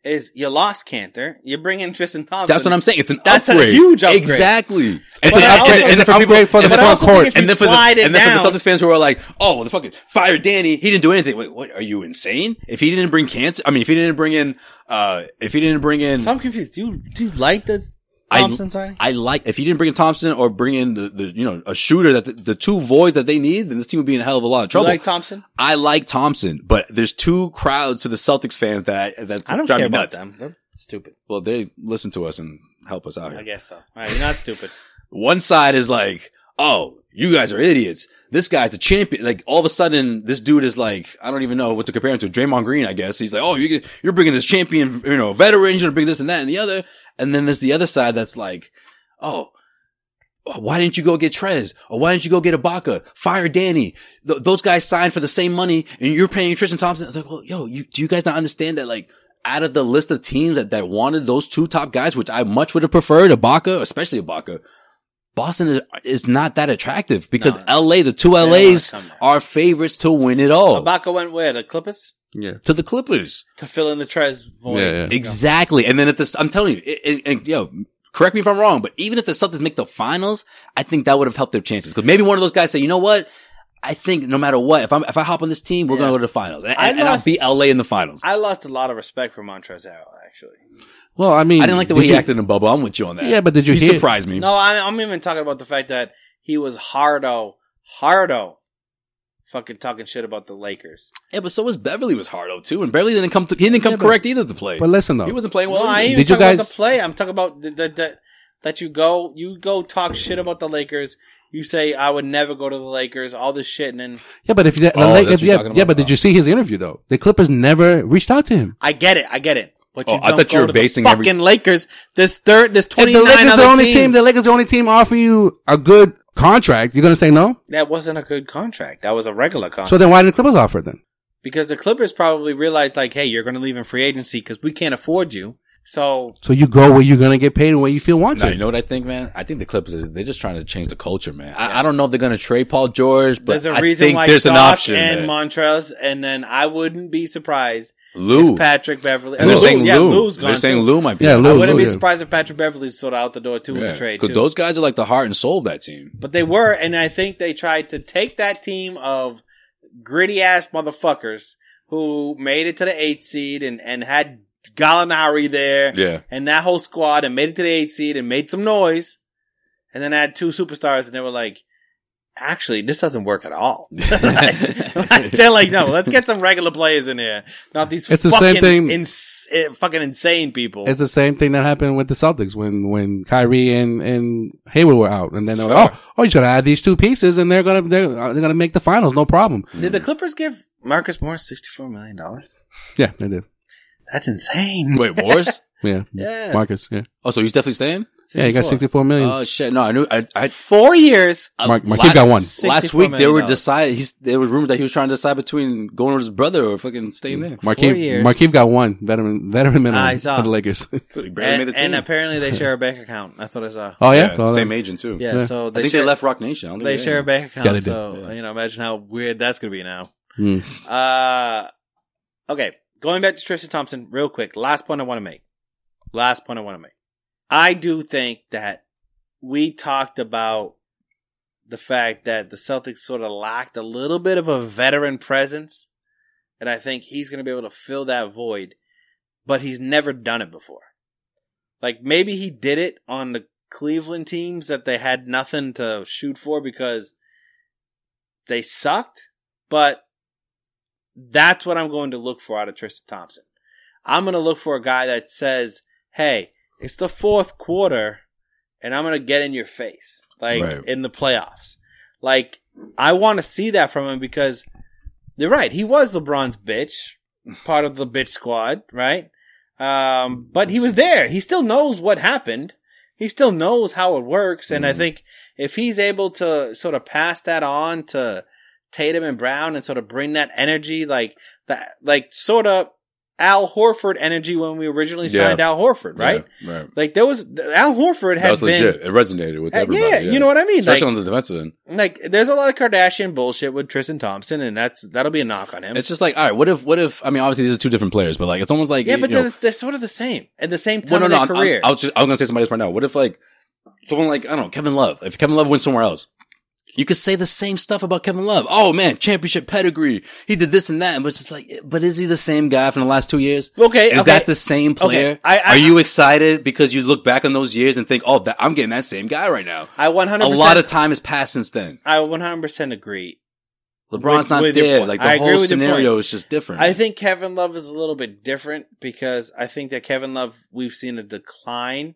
B: is you lost Cantor, you bring in Tristan Thompson.
A: That's what I'm saying. It's an
B: That's a
A: upgrade.
B: huge upgrade.
A: Exactly.
C: It's an
B: But I
C: upgrade.
B: also-
C: it's
A: for
C: an
A: people-
C: upgrade for the
A: and
B: but I
C: front
B: also think
C: court.
B: if you
A: and then for the,
B: slide it
A: and then for
B: down-
A: the Celtics fans who are like, "Oh, the fucking fire Danny, he didn't do anything." Wait, what? Are you insane? If he didn't bring cancer, I mean, if he didn't bring in, uh, if he didn't bring in,
B: So I'm confused. Do you do you like this Thompson
A: I,
B: signing?
A: I like if he didn't bring in Thompson or bring in the, the you know a shooter that the, the two voids that they need, then this team would be in a hell of a lot of
B: Do you
A: trouble.
B: like Thompson?
A: I like Thompson, but there's two crowds to the Celtics fans that that
B: I don't
A: drive
B: care
A: me
B: about
A: nuts.
B: them. They're stupid.
A: Well, they listen to us and help us out here.
B: I guess so. All right, you're not stupid.
A: one side is like, oh, you guys are idiots. This guy's the champion. Like all of a sudden, this dude is like, I don't even know what to compare him to. Draymond Green, I guess. He's like, oh, you, you're bringing this champion, you know, veteran. You're gonna bring this and that and the other. And then there's the other side that's like, oh. Why didn't you go get Trez? Or why didn't you go get Ibaka? Fire Danny. Th- those guys signed for the same money and you're paying Tristan Thompson. I was like, well, yo, you, do you guys not understand that like out of the list of teams that, that wanted those two top guys, which I much would have preferred, Ibaka, especially Ibaka, Boston is, is not that attractive because
B: No.
A: LA, the two
B: don't
A: LAs
B: wanna come there.
A: are favorites to win it all
B: Ibaka went where? The Clippers?
C: Yeah.
A: to the Clippers.
B: To fill in the Trez void.
C: Yeah, yeah.
A: Exactly. And then at this, I'm telling you, it- and, and yo, correct me if I'm wrong, but even if the Celtics make the finals, I think that would have helped their chances. Cause maybe one of those guys say, you know what? I think no matter what, if I'm, if I hop on this team, we're
B: Yeah.
A: going to go to the finals and,
B: I
A: and, and I'll
B: lost-
A: beat LA in the finals. I,
B: I lost a lot of respect for Montrezl Harrell, actually.
C: Well, I mean,
A: didn't like the way
C: did
A: he
C: you-
A: acted in the bubble. I'm with you on that.
C: Yeah, but did you
A: he
C: hear-
A: surprised me.
B: No, I, I'm even talking about the fact that he was hardo, hardo, fucking talking shit about the Lakers.
A: Yeah, but so was Beverly was hard though too, and Beverly didn't come. To, he didn't come
C: Yeah, but-
A: correct either to play.
C: But listen though,
A: he wasn't playing well.
B: No, I
A: either.
B: ain't even
C: Did you
B: talking about
C: guys-
B: the play. I'm talking about the, the, the, that you go, you go talk shit about the Lakers. You say I would never go to the Lakers, all this shit, and then
C: yeah, but if, the, the
A: Oh,
C: Lake-
A: that's what
C: if
A: you're
C: yeah,
A: talking
C: yeah,
A: about.
C: but did you see his interview though? The Clippers never reached out to him.
B: I get it, I get it. But
A: Oh,
B: you
A: I
B: don't
A: thought you
B: go
A: were
B: to the
A: basing every-
B: fucking Lakers. This third, this
C: If
B: twenty
C: the
B: nine
C: Lakers
B: other
C: the only team,
B: teams.
C: the Lakers the only team offering you a good contract, you're gonna say no.
B: that wasn't a good contract. That was a regular contract.
C: So then why did the Clippers offer it then?
B: because the Clippers probably realized like, hey, you're going to leave in free agency because we can't afford you. So
C: So you go where you're gonna get paid and where you feel
A: No, you
C: wanted.
A: know what I think, man? I think the Clippers they're just trying to change the culture, man. I, I don't know if they're going to trade Paul George, but
B: there's a
A: I
B: reason
A: think
B: why
A: there's
B: Doc
A: an option.
B: and
A: there.
B: Montrez, and then I wouldn't be surprised
A: Lou,
B: if Patrick Beverly.
A: and they're
B: Lou,
A: saying
B: yeah,
A: Lou.
B: Lou's gone
A: They're saying
B: too.
A: Lou might be.
C: Yeah,
A: out.
B: I
C: Lou.
B: wouldn't
C: Lou,
B: be
C: yeah.
B: surprised if Patrick Beverly's sort of out the door too in the trade too.
A: because those guys are like the heart and soul of that team.
B: but they were, and I think they tried to take that team of gritty ass motherfuckers who made it to the eighth seed and and had Gallinari there,
A: Yeah,
B: and that whole squad and made it to the eighth seed and made some noise. And then I had two superstars and they were like, actually, this doesn't work at all. Like, they're like, no, let's get some regular players in here. Not these
C: It's the
B: fucking,
C: same thing-
B: ins- eh, fucking insane people.
C: It's the same thing that happened with the Celtics when when Kyrie and and Hayward were out, and then they're like,
B: Sure.
C: oh, oh, you should add these two pieces, and they're gonna they're, uh, they're gonna make the finals, no problem.
B: Did the Clippers give Marcus Morris $64 million?
C: Yeah, they did.
B: That's insane.
A: wait, Morris.
C: Yeah,
B: Yeah. Uh,
C: Marcus. Yeah,
A: Oh, so he's definitely staying.
C: yeah, he got sixty four million.
A: Oh shit! No, I knew. I, I
B: Four years.
A: Uh,
C: Mark-
A: last-
C: Marquise got one.
A: Last
B: $64
A: week they were
B: million.
A: decided. He's there was rumors that he was trying to decide between going with his brother or fucking staying there.
B: four
C: Markeith,
B: years. Ah,
C: Markeith got one veteran veteran minimum
B: I saw.
C: for the Lakers.
A: He barely made
B: And,
A: the team.
B: and apparently they share a bank account. That's what I saw.
C: oh yeah,
A: Yeah,
C: So
A: same
C: then-
A: agent too.
B: Yeah,
C: Yeah.
B: so
A: I
B: they
A: think
B: share,
A: they left Rock Nation. I don't think
B: they share a bank account.
C: Yeah, they did.
B: so
A: Yeah.
B: you know, imagine how weird that's gonna be now.
C: Mm.
B: Uh, okay, going back to Tristan Thompson real quick. Last point I want to make. Last point I want to make. I do think that we talked about the fact that the Celtics sort of lacked a little bit of a veteran presence, and I think he's going to be able to fill that void. But he's never done it before. Like maybe he did it on the Cleveland teams that they had nothing to shoot for because they sucked, but that's what I'm going to look for out of Tristan Thompson. I'm going to look for a guy that says, "Hey, it's the fourth quarter, and I'm going to get in your face, like
A: Right.
B: in the playoffs." Like I want to see that from him because you're right. He was LeBron's bitch, part of the bitch squad, right? Um, but he was there. He still knows what happened. He still knows how it works. And I
A: Mm-hmm.
B: think if he's able to sort of pass that on to Tatum and Brown and sort of bring that energy, like that, like sort of Al Horford energy when we originally
A: Yeah.
B: signed Al Horford, right?
A: Yeah, right.
B: Like there was Al Horford
A: That
B: had
A: was
B: been,
A: legit. It resonated with
B: Uh,
A: everybody.
B: yeah, you know what I mean. Like,
A: Especially on the defensive end.
B: like there's a lot of Kardashian bullshit with Tristan Thompson, and that's that'll be a knock on him.
A: It's just like, all right, what if, what if? I mean, obviously these are two different players, but like, it's almost like,
B: Yeah,
A: you
B: but
A: know,
B: they're, they're sort of the same at the same
A: well,
B: time
A: no,
B: in
A: no,
B: their
A: I'm, I'm-
B: career.
A: I was just, I was gonna say somebody else right now. What if like someone like I don't know Kevin Love? If Kevin Love went somewhere else, you could say the same stuff about Kevin Love. Oh man, championship pedigree. He did this and that, but it's just like, but is he the same guy from the last two years?
B: okay,
A: Is
B: okay.
A: that the same player?
B: I- I-
A: Are you excited because you look back on those years and think, oh, that, I'm getting that same guy right now?
B: I 100.
A: A lot of time has passed since then.
B: I 100 percent agree.
A: LeBron's
B: With-
A: not
B: with your
A: there.
B: point.
A: Like
B: I
A: the
B: agree
A: whole
B: with your
A: scenario is just
C: Hmm.
A: different.
B: I think Kevin Love is a little bit different because I think that Kevin Love we've seen a decline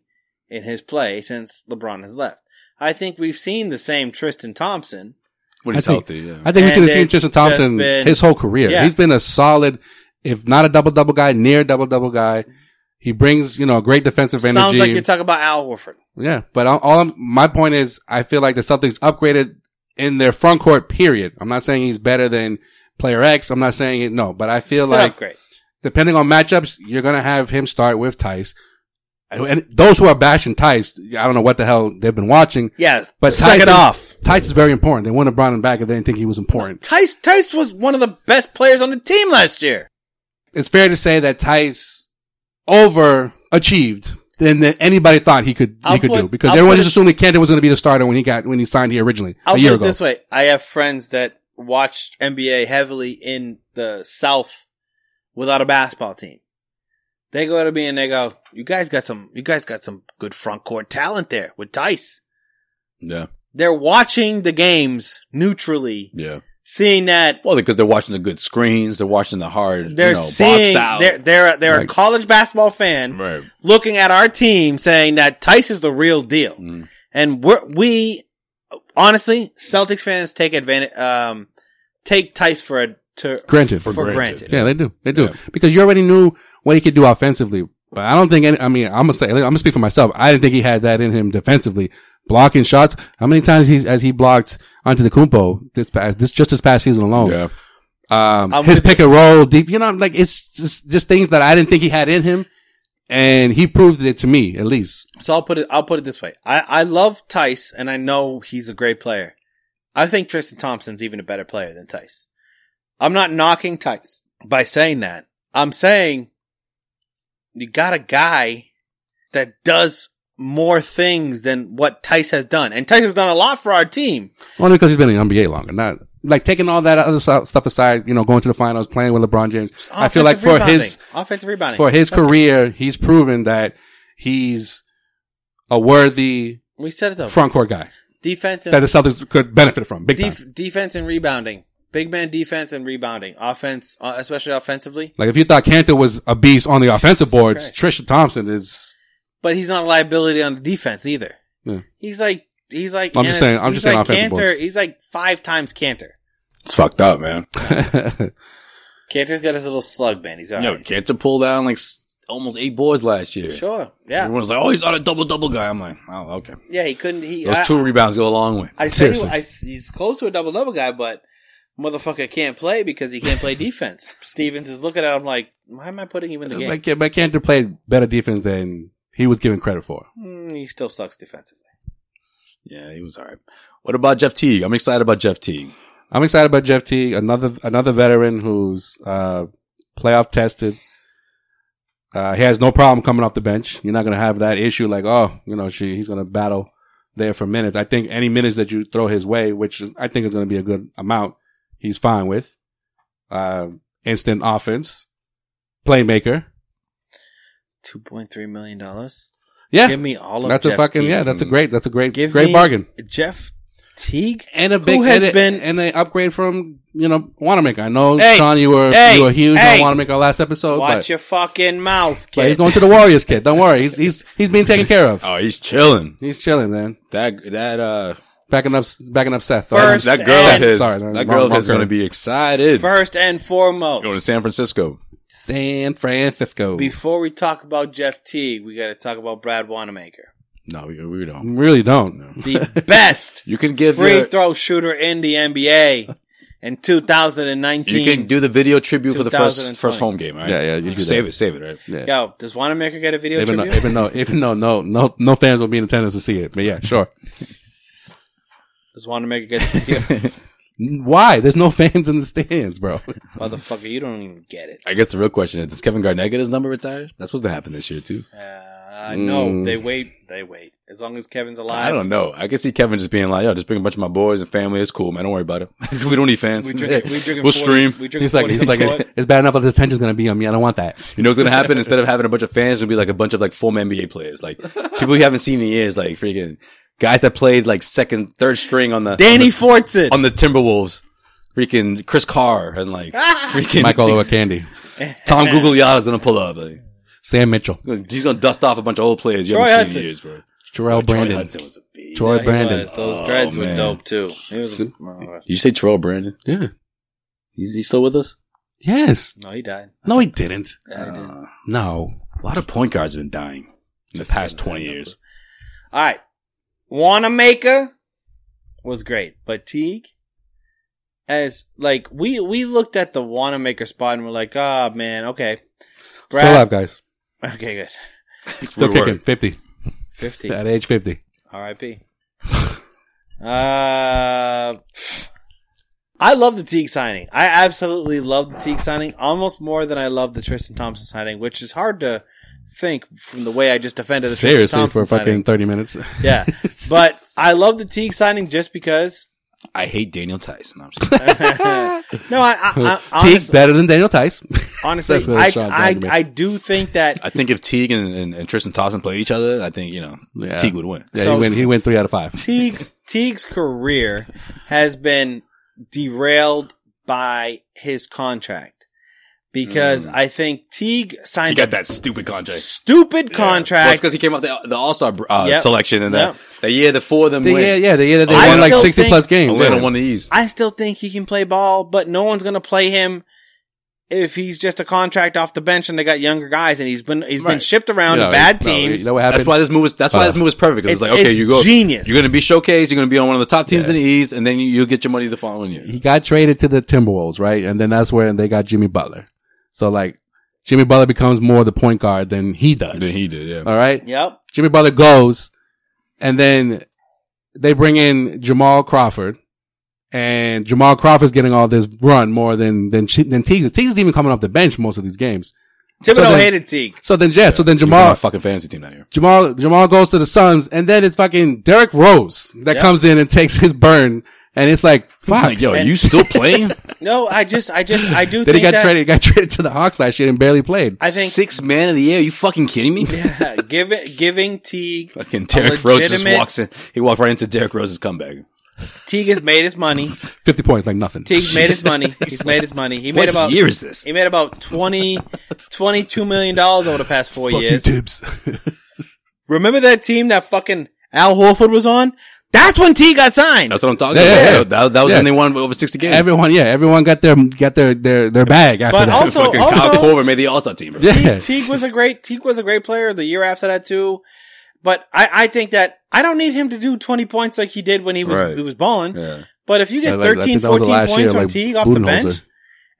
B: in his play since LeBron has left. I think we've seen the same Tristan Thompson.
A: when he's
C: I think-
A: healthy. Yeah.
C: I think we
B: And
C: should have seen
B: it's
C: Tristan
B: just
C: Thompson
B: been-
C: his whole career.
B: Yeah.
C: He's been a solid, if not a double double guy, near double double guy. He brings you know great defensive
B: Sounds
C: energy.
B: like you're talking about Al Horford.
C: yeah, but all, all I'm, my point is, I feel like the Celtics upgraded in their front court. Period. I'm not saying he's better than player X. I'm not saying it. No, but I feel
B: It's an
C: like
B: upgrade.
C: depending on matchups, you're gonna have him start with Tice. And those who are bashing Tice, I don't know what the hell they've been watching.
B: Yeah,
C: But
B: suck it
C: Tyson-
B: off.
C: Tice is very important. They wouldn't have brought him back if they didn't think he was important.
B: Tice Tice was one of the best players on the team last year.
C: It's fair to say that Tice overachieved than, than anybody thought he could
B: I'll
C: he could
B: put-
C: do because
B: I'll
C: everyone
B: put
C: just assumed that Cantor was going to be the starter when he got when he signed here originally
B: I'll
C: a
B: put
C: year
B: it
C: ago.
B: this way: I have friends that watched NBA heavily in the South without a basketball team. They go to me and they go, "You guys got some, you guys got some good front court talent there with Tice."
A: Yeah.
B: They're watching the games neutrally,
A: Yeah.
B: seeing that
A: Well, because they're watching the good screens, they're watching the hard,
B: they're
A: you know,
B: seeing
A: box out.
B: they're they're they're
C: Right.
B: a college basketball fan
A: right.
B: looking at our team saying that Tice is the real deal.
A: Mm.
B: And we're, we honestly, Celtics fans take advantage, um, take Tice for a, to,
C: Granted,
B: For granted.
C: Yeah, they do. They do
A: Yeah.
C: because you already knew what he could do offensively. But I don't think any. I mean, I'm gonna say I'm gonna speak for myself. I didn't think he had that in him defensively, blocking shots. How many times he's as he blocked onto the Kumpo this past this just this past season alone.
A: Yeah.
C: Um,
B: I'm
C: his
B: with
C: pick and roll deep. You know, like it's just, just things that I didn't think he had in him, and he proved it to me at least.
B: so I'll put it, I'll put it this way. I, I love Tice and I know he's a great player. I think Tristan Thompson's even a better player than Tice. I'm not knocking Tice by saying that. I'm saying you got a guy that does more things than what Tice has done. And Tice has done a lot for our team.
C: Only because he's been in the NBA longer. Not like taking all that other so- stuff aside. You know, going to the finals, playing with LeBron James. I feel like for
B: Offensive
C: his
B: rebounding. offensive rebounding
C: for his
B: That's-
C: career, he's proven that he's a worthy
B: We said it though.
C: front court guy
B: defense and
C: that the Celtics could benefit from big time.
B: def- defense and rebounding. Big man defense and rebounding. Offense, uh, especially offensively.
C: Like if you thought Cantor was a beast on the offensive boards,
B: Christ.
C: Trisha Thompson is.
B: But he's not a liability on the defense either.
C: Yeah.
B: He's like he's like
C: I'm just
B: Giannis-
C: saying- I'm
B: he's
C: just saying
B: like
C: offensive
B: Cantor,
C: boards.
B: he's like five times Cantor.
A: It's fucked up, man.
B: Cantor's got his little slug man. He's all
A: Yo,
B: right.
A: Cantor pulled down like s- almost eight boards last year.
B: Sure. Yeah.
A: Everyone's like, oh, he's not a double double guy. I'm like, oh, okay.
B: Yeah, he couldn't he
A: Those
B: I-
A: two rebounds go a long way.
B: I said he,
C: Seriously.
B: I, he's close to a double double guy, but motherfucker can't play because he can't play defense. Stevens is looking at him like, why am I putting you in the game?
C: Like, yeah, but Cantor played better defense than he was given credit for.
B: Mm, he still sucks defensively.
A: Yeah, he was all right. What about Jeff Teague? I'm excited about Jeff Teague.
C: I'm excited about Jeff Teague, another another veteran who's uh, playoff tested. Uh, he has no problem coming off the bench. You're not going to have that issue like, oh, you know, she, he's going to battle there for minutes. I think any minutes that you throw his way, which is- I think is going to be a good amount, he's fine with. Uh, instant offense, playmaker.
B: Two point three million dollars.
C: Yeah,
B: Give me all of
C: that's
B: Jeff
C: a fucking
B: Teague.
C: yeah. That's a great. That's a great
B: Give
C: great
B: me
C: bargain.
B: Jeff Teague.
C: And a
B: Who
C: big
B: has
C: and a-
B: been-
C: and an upgrade from you know Wanamaker. I know
B: Hey,
C: Sean, you were
B: hey,
C: you were huge
B: hey.
C: on Wanamaker last episode,
B: Watch
C: but,
B: your fucking mouth,
C: but
B: kid.
C: he's going to the Warriors, kid. Don't worry, he's he's he's being taken care of.
A: Oh, he's chilling.
C: He's chilling, man.
A: That that uh
C: Backing up, backing up Seth.
B: First
A: that girl of
B: and-
A: his
C: Sorry, no,
A: that
C: wrong-
A: girl of
C: wrong
A: his is gonna
C: girl.
A: be excited.
B: First and foremost,
A: Go to San Francisco.
C: San Francisco.
B: before we talk about Jeff Teague, we got to talk about Brad Wanamaker,
A: No, we, we don't.
C: really don't.
B: the best
A: You can give
B: free
A: your,
B: throw shooter in the NBA in 2019.
A: you can do the video tribute for the first
B: 2020.
A: first home game, right?
C: Yeah, yeah, you
A: You,
C: do
A: can save
C: that.
A: it, save it, right?
C: Yeah.
B: Yo, does Wanamaker get a video
C: Even though,
B: tribute?
C: even though, even though, no, no, no fans will be in attendance to see it. But yeah, sure.
B: does Wanamaker get a video?
C: Why? There's no fans in the stands, bro.
B: Motherfucker, you don't even get it.
A: I guess the real question is: Does Kevin Garnett get his number retired? That's supposed to happen this year too.
B: Uh, No, they wait. They wait. As long as Kevin's alive,
A: Hmm. I don't know. I can see Kevin just being like, "Yo, just bring a bunch of my boys and family. It's cool, man. Don't worry about it. we don't need fans.
B: We drink, we drink
A: will stream.
B: We drink
C: He's like, he's like, it's bad enough that the attention's gonna be on me. I don't want that.
A: You know what's gonna happen? Instead of having a bunch of fans, it'll be like a bunch of like former NBA players, like people you haven't seen in years, like freaking guys that played like second, third string on the
B: Danny
A: on the,
B: Fortson.
A: on the Timberwolves, freaking Chris Carr and like freaking
C: Michael Candy,
A: Tom Gugliotta's gonna pull up. Like,
C: Sam Mitchell,
A: he's gonna dust off a bunch of old players you
B: Troy
A: haven't
B: Hudson.
A: seen in years, bro.
C: Jarrell
A: Troy
C: Oh, Brandon,
A: Hudson was a beast.
C: Troy
B: He
C: Brandon.
B: was. Those
A: Oh,
B: dreads were
A: man.
B: dope too. He was-
A: S-
B: oh,
A: You say Terrell Brandon?
C: Yeah.
A: He's, he's still with us.
C: Yes.
B: no, he died.
C: No, he didn't.
B: Yeah, he did.
A: Uh,
C: No.
A: a lot of point guards have been dying in the past twenty years.
B: All right, Wanamaker was great, but Teague, as like we we looked at the Wanamaker spot and we're like, ah man, okay,
C: Still
B: Brad,
C: alive, guys.
B: okay, good.
C: Still
A: Rude
C: kicking.
A: word.
C: 50.
B: 50.
C: At age 50.
B: R.I.P. uh, I love the Teague signing. I absolutely love the Teague signing almost more than I love the Tristan Thompson signing, which is hard to think from the way I just defended the Tristan
C: Seriously,
B: Thompson
C: for fucking 30 minutes.
B: signing. yeah. But I love the Teague signing just because.
A: I hate Daniel Tyson. I'm just-
B: No, I, I, I
C: Teague's
B: honestly,
C: better than Daniel Tice. That's
B: honestly
C: what
B: I,
C: Sean's
B: I,
C: argument.
B: I do think that
A: I think if Teague and, and, and Tristan Thompson played each other, I think you know
C: Yeah.
A: Teague would win.
C: yeah,
B: So-
C: he, went, he went three out of five.
B: Teague's Teague's career has been derailed by his contract because I think Teague
A: He
B: signed
A: got
B: a
A: that stupid contract.
B: stupid
A: Well,
B: contract.
A: because he came out the, the All Star uh,
B: Yep.
A: selection, and
B: Yep.
A: that that year the four of them
C: The
A: win.
C: year, yeah, the year that they
A: I
C: won like
B: still
C: 60
B: think-
C: plus games.
A: Atlanta
C: yeah.
A: won the East.
B: I still think he can play ball, but no one's going to play him if he's just a contract off the bench and they got younger guys and he's been he's been
A: Right.
B: shipped around
C: You
B: to
C: know,
B: bad
C: no,
B: teams.
C: You know what happened?
A: That's why this move is. That's why
C: Uh,
A: this move is perfect. 'cause It's,
B: it's-
A: like okay,
B: it's
A: you go
B: genius.
A: You're going to be showcased. You're going to be on one of the top teams in the East, and then you, you'll get your money the following year.
C: he got traded to the Timberwolves, right? And then that's where they got Jimmy Butler. So like Jimmy Butler becomes more the point guard than he does.
A: Then he did. Yeah.
C: all right.
B: yep.
C: Jimmy Butler goes and then they bring in Jamal Crawford and Jamal Crawford's getting all this run more than, than, Ch- than Teagues. Teagues is even coming off the bench most of these games.
B: Thibodeau
C: then-
B: hated Teague.
C: So then, yeah, so then
A: He was on
C: Jamal,
A: a fucking fantasy team that year.
C: Jamal Jamal goes to the Suns, and then it's fucking Derek Rose that
B: Yep.
C: comes in and takes his burn, and it's like fuck.
A: It's like, yo, you still playing?
B: No, I just I just I do
C: then he
B: think
C: got
B: that
C: traded. Got traded to the Hawks last year and barely played.
B: I think
A: six man of the year? You fucking kidding me?
B: yeah, giving giving Teague
A: Fucking
B: A
A: Derrick Rose just
B: legitimate-
A: walks in. He walked right into Derrick Rose's comeback.
B: Teague has made his money.
C: Fifty points, like nothing.
B: Teague's made his money. He's made his money. He made
A: What
B: about
A: year is this?
B: he made about 20, 22 million dollars over the past four
C: Fuck you,
B: years.
C: Tibbs.
B: Remember that team that fucking Al Horford was on? That's when T got signed.
A: That's what I'm talking
C: Yeah,
A: about.
C: yeah, yeah.
A: That, that was
C: Yeah.
A: when they won over 60 games.
C: everyone, yeah, everyone got their got their their their bag after
B: But
C: that.
B: also-
A: fucking Kyle Korver made the All Star team. bro.
C: yeah,
B: Teague was a great Teague was a great player the year after that too. But I, I think that I don't need him to do twenty points like he did when he was
A: Right.
B: he was balling.
A: Yeah.
B: But if you get
C: Like, I
B: 13,
C: think that was the
B: 14
C: last
B: points
C: year,
B: from
C: like,
B: Teague off the
C: Budenholzer.
B: bench,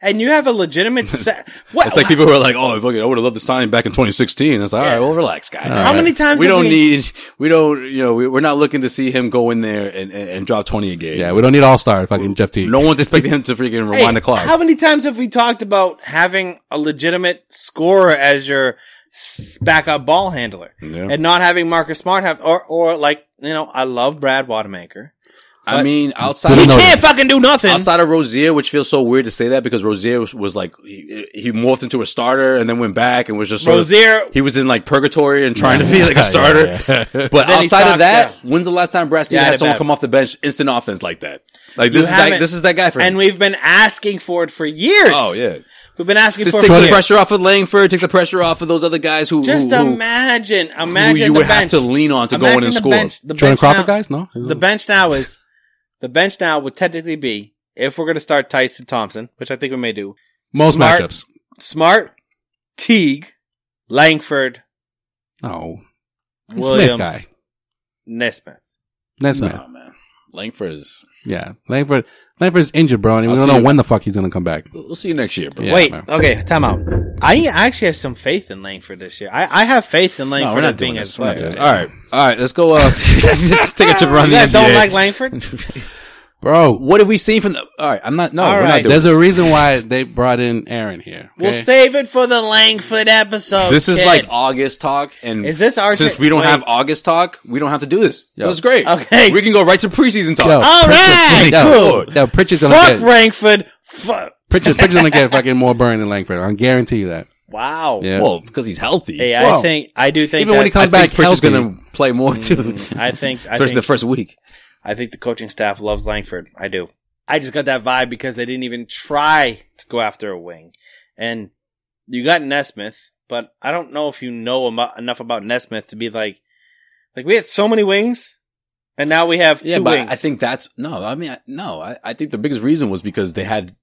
B: and you have a legitimate set, what,
A: It's like people were like, "Oh, fucking, I would have loved to sign him back in 2016." It's like, all right, well, relax, guy.
B: how many times
A: we
B: have
A: don't need, we don't, you know, we, we're not looking to see him go in there and, and, and drop 20 a game.
C: yeah. We don't need all star fucking Jeff Teague.
A: no one's expecting him to freaking rewind
B: Hey,
A: the clock.
B: How many times have we talked about having a legitimate scorer as your s- backup ball handler
A: Yeah.
B: and not having Marcus Smart have or or like you know I love Brad Watermaker.
A: I mean, outside
C: He
A: of,
C: No.
B: Can't fucking do nothing.
A: outside of Rozier, which feels so weird to say that because Rozier was, was like he, he morphed into a starter and then went back and was just sort of-
B: Rozier-
A: he was in like purgatory and trying to be like a starter. But
B: Then he
A: outside
B: sucked,
A: of that,
B: yeah.
A: when's the last time Brad Stevens
B: Yeah, I
A: had someone
B: bet.
A: come off the bench instant offense like that? Like
B: You
A: this is that,
B: haven't-
A: this is that guy for
B: and
A: him.
B: we've been asking for it for years.
A: Oh yeah.
B: we've been asking
A: Just
B: for
A: take
B: it for
A: the
B: years.
A: pressure off of Langford, take the pressure off of those other guys who
B: Just
A: who, who-
B: imagine, imagine
A: you
B: the
A: would have
B: bench.
A: to lean on to go in
B: Imagine
A: and
B: the
A: score.
B: bench- the
C: Jordan
B: bench
C: Crawford
B: now-
C: guys, no.
B: The bench now is the bench now would technically be if we're going to start Tyson Thompson, which I think we may do.
C: most
B: Smart-
C: matchups.
B: Smart, Teague, Langford,
C: No, Smith
B: Williams.
C: guy,
B: Nesmith.
C: that's Smith.
A: Nah, man. Langford is.
C: Yeah, Langford. Langford's injured, bro, and we
A: I'll
C: don't
A: see
C: know
A: you-
C: when the fuck he's gonna come back.
A: We'll see you next year, bro.
C: Yeah,
B: Wait,
C: man.
B: okay, time out. I I actually have some faith in Langford this year. I, I have faith in
A: No,
B: Langford
A: Oh, we're
B: as
A: not
B: being
A: doing
B: his
A: this. We're not doing
B: player.
A: this. All right, all right. Let's go. Uh, let's take a trip around the
B: You guys don't
A: NBA.
B: like Langford?
C: bro.
A: what have we seen from the? All right, I'm not. No,
B: All
A: we're
B: right.
A: not doing
C: There's
A: this.
C: a reason why they brought in Aaron here.
B: We'll
C: okay?
B: save it for the Langford episode.
A: This is
B: kid.
A: like August talk, and
B: Is this our-
A: since we don't
B: wait.
A: have August talk, we don't have to do this. So it's great.
B: Okay.
A: we can go right to preseason talk.
C: Yo,
B: All right,
C: yo,
A: cool.
C: yo, Pritchard's gonna
B: fuck
C: get
B: Langford. Fuck.
C: Pritchard, Pritchard's gonna get fucking more burn than Langford. I guarantee you that.
B: Wow.
C: Yeah.
A: Well, because he's healthy.
B: Hey,
C: Well,
B: I think I do think
C: even when he
B: that-
C: comes
A: I
C: back
A: think Pritchard's
C: healthy.
A: going to play more too, especially
B: Mm, I think I think,
A: the first week.
B: I think the coaching staff loves Langford. I do. I just got that vibe because they didn't even try to go after a wing, and you got Nesmith, but I don't know if you know emo- enough about Nesmith to be like, like we had so many wings, and now we have
A: Yeah,
B: two
A: but
B: wings.
A: I think that's no. I mean, I, no. I, I think the biggest reason was because they had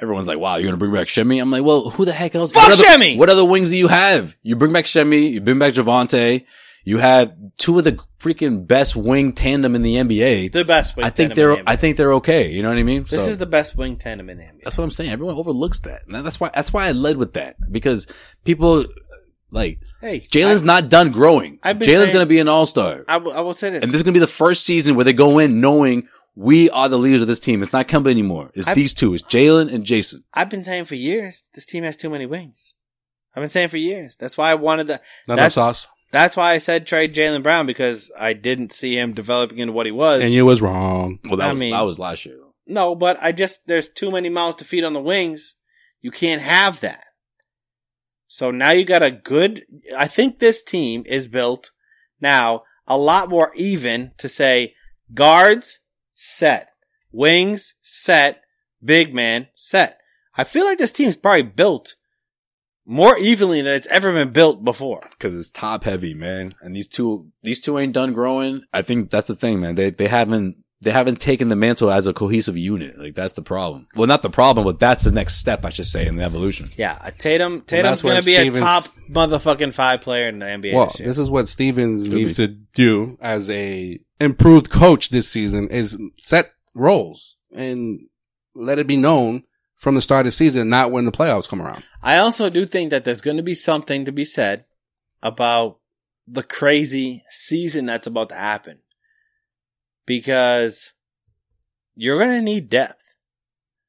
A: everyone's like, "Wow, you're going to bring back Shemi." I'm like, "Well, who the heck else?
B: Fuck
A: what other,
B: Shemi!
A: What other wings do you have? You bring back Shemi. You bring back Javante. You have two of the freaking best wing tandem in the NBA.
B: the best wing.
A: I think
B: tandem
A: they're.
B: in the NBA.
A: I think they're okay. You know what I mean?
B: this
A: So-
B: is the best wing tandem in the NBA.
A: That's what I'm saying. Everyone overlooks that. And that's why that's why I led with that because people like
B: Hey,
A: Jalen's not done growing.
B: I've
A: Jalen's
B: been saying-
A: gonna be an all star,
B: I, I will- I will say this.
A: and this is gonna be the first season where they go in knowing we are the leaders of this team. It's not Kemba anymore. It's
B: I've-
A: these two. It's Jalen and Jason.
B: I've been saying for years, this team has too many wings. I've been saying for years. That's why I wanted the.
C: Not enough
B: that's,
C: sauce.
B: that's why I said trade Jalen Brown because I didn't see him developing into what he was.
C: And you was wrong.
A: Well, that
B: I
A: was
B: mean-
A: that was last year. though.
B: no, but I just there's too many mouths to feed on the wings. You can't have that. So now you got a good. I think this team is built now a lot more even to say guards set, wings set, big man set. I feel like this team's probably built more evenly than it's ever been built before.
A: because it's top heavy, man. And these two, these two ain't done growing. I think that's the thing, man. They they haven't they haven't taken the mantle as a cohesive unit. Like that's the problem. Well, not the problem, but that's the next step, I should say, in the evolution.
B: Yeah, a Tatum.
C: that's
B: Tatum's
C: where
B: going to be
C: Stevens-
B: a top motherfucking five player in the NBA.
C: Well,
B: this year.
C: this is what Stevens
A: Could
C: needs to do as a improved coach this season is set roles and let it be known from the start of the season, not when the playoffs come around.
B: I also do think that there's going to be something to be said about the crazy season that's about to happen because you're going to need depth.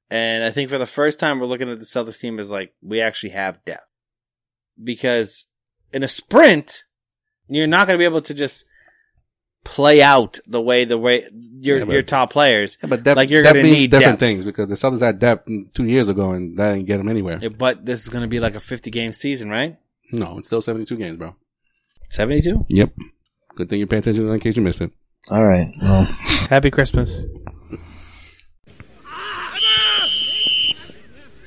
B: And I think for the first time, we're looking at the Celtics team as like, we actually have depth. Because in a sprint, you're not going to be able to just play out the way the way your
C: Yeah, but-
B: your top players.
C: Yeah, but depth,
B: Like, you're
C: depth
B: gonna
C: means
B: need
C: different
B: depth.
C: things because the Celtics had depth two years ago and that didn't get them anywhere.
B: But this is going to be like a 50 game season, right?
C: No, it's still 72 games, bro.
B: 72?
C: Yep. Good thing you pay attention in case you missed it.
B: All right. Well, happy Christmas.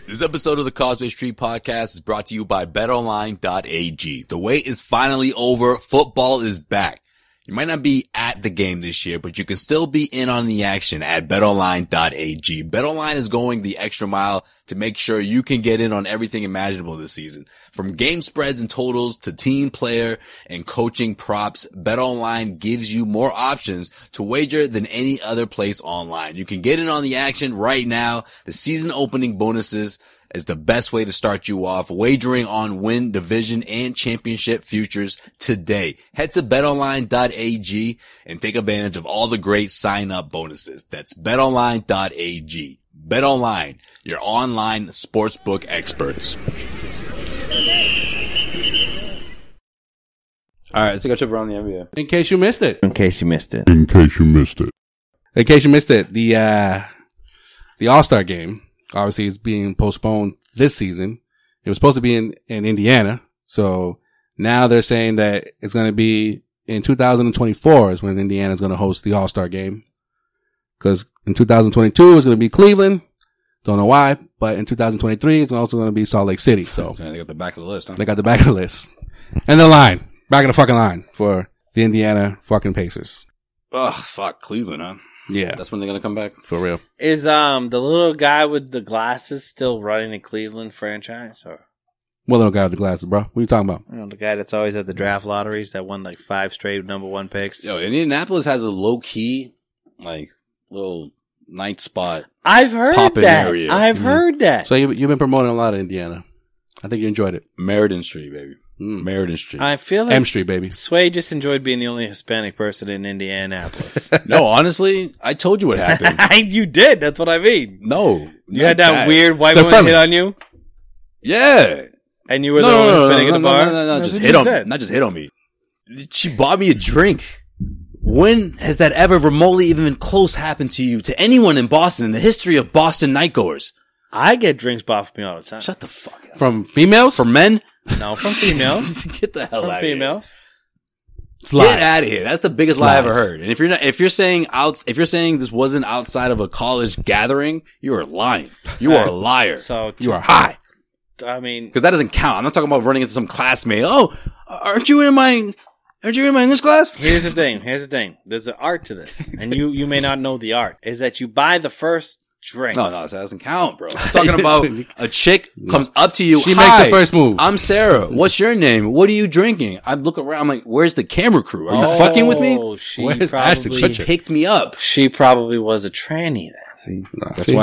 A: This episode of the Causeway Street Podcast is brought to you by BetOnline.ag. The wait is finally over. Football is back. You might not be at the game this year, but you can still be in on the action at betonline.ag. Betonline is going the extra mile to make sure you can get in on everything imaginable this season. From game spreads and totals to team player and coaching props, betonline gives you more options to wager than any other place online. You can get in on the action right now. The season opening bonuses is the best way to start you off wagering on win division and championship futures today. Head to betonline.ag and take advantage of all the great sign up bonuses. That's betonline.ag. BetOnline, your online sportsbook experts. All right, let's take a trip around the NBA.
C: In case you missed it.
B: In case you missed it.
D: In case you missed it.
C: In case you missed it, the uh, the All Star game obviously is being postponed this season. It was supposed to be in, in Indiana, so now they're saying that it's going to be in 2024 is when Indiana is going to host the All Star game. Because in 2022 it's going to be Cleveland. Don't know why, but in 2023 it's also going to be Salt Lake City. So
A: They got the back of the list. Huh?
C: they got the back of the list and the line, back of the fucking line for the Indiana fucking Pacers.
A: Ugh, fuck Cleveland, huh?
C: Yeah,
A: That's when they're gonna come back.
C: for real.
B: Is um the little guy with the glasses still running the Cleveland franchise, or
C: What little guy with the glasses, bro? What are you talking about?
B: you know the guy that's always at the draft lotteries that won like five straight number one picks?
A: Yo, Indianapolis has a low key, like little night spot.
B: I've heard
A: Poppin'
B: that.
A: area.
B: I've
C: Mhm.
B: heard that.
C: So you, you've been promoting a lot of Indiana. I think you enjoyed it.
A: Meriden Street, baby.
C: Mm.
A: Meriden Street.
B: I feel like
C: M Street, baby.
B: Sway just enjoyed being the only Hispanic person in Indianapolis.
A: no, honestly, I told you what happened.
B: you did. That's what I mean.
A: No,
B: You had that, weird white
C: They're
B: woman
C: friendly.
B: hit on you,
A: Yeah,
B: and you
A: no,
B: were the
A: no,
B: only
A: no, no,
B: Hispanic
A: no, no,
B: at the bar.
A: no, no, no,
B: That's
A: just
B: what
A: hit
B: you
A: on,
B: said.
A: not just hit on me. She bought me a drink. When has that ever remotely even been close happened to you to anyone in Boston in the history of Boston nightgoers?
B: I get drinks bought for me all the time.
A: Shut the fuck up.
C: From females?
A: For men,
B: no, from females.
A: get the hell
B: from
A: out of here.
B: females.
C: It's lies.
A: Get out of here. That's the biggest
C: It's
A: lie I ever
C: lies.
A: heard. And if you're not, if you're saying out, if you're saying this wasn't outside of a college gathering, you are lying. You are a liar.
B: So
C: You are high.
B: I mean,
A: Cause that doesn't count. I'm not talking about running into some classmate. Oh, aren't you in my, aren't you in my English class?
B: here's the thing. Here's the thing. There's an art to this, and you you may not know the art. Is that you buy the first drink?
A: No, no, that doesn't count, bro. I'm talking about a chick comes up to you.
C: She
A: Hi,
C: makes the first move.
A: I'm Sarah. What's your name? What are you drinking? I look around. I'm like, where's the camera crew? Are you fucking with me?
B: Oh, She
C: Where's Ashton
B: probably
A: She
C: Kutcher?
A: picked me up.
B: she probably was a tranny. Then.
A: See,
C: see, see,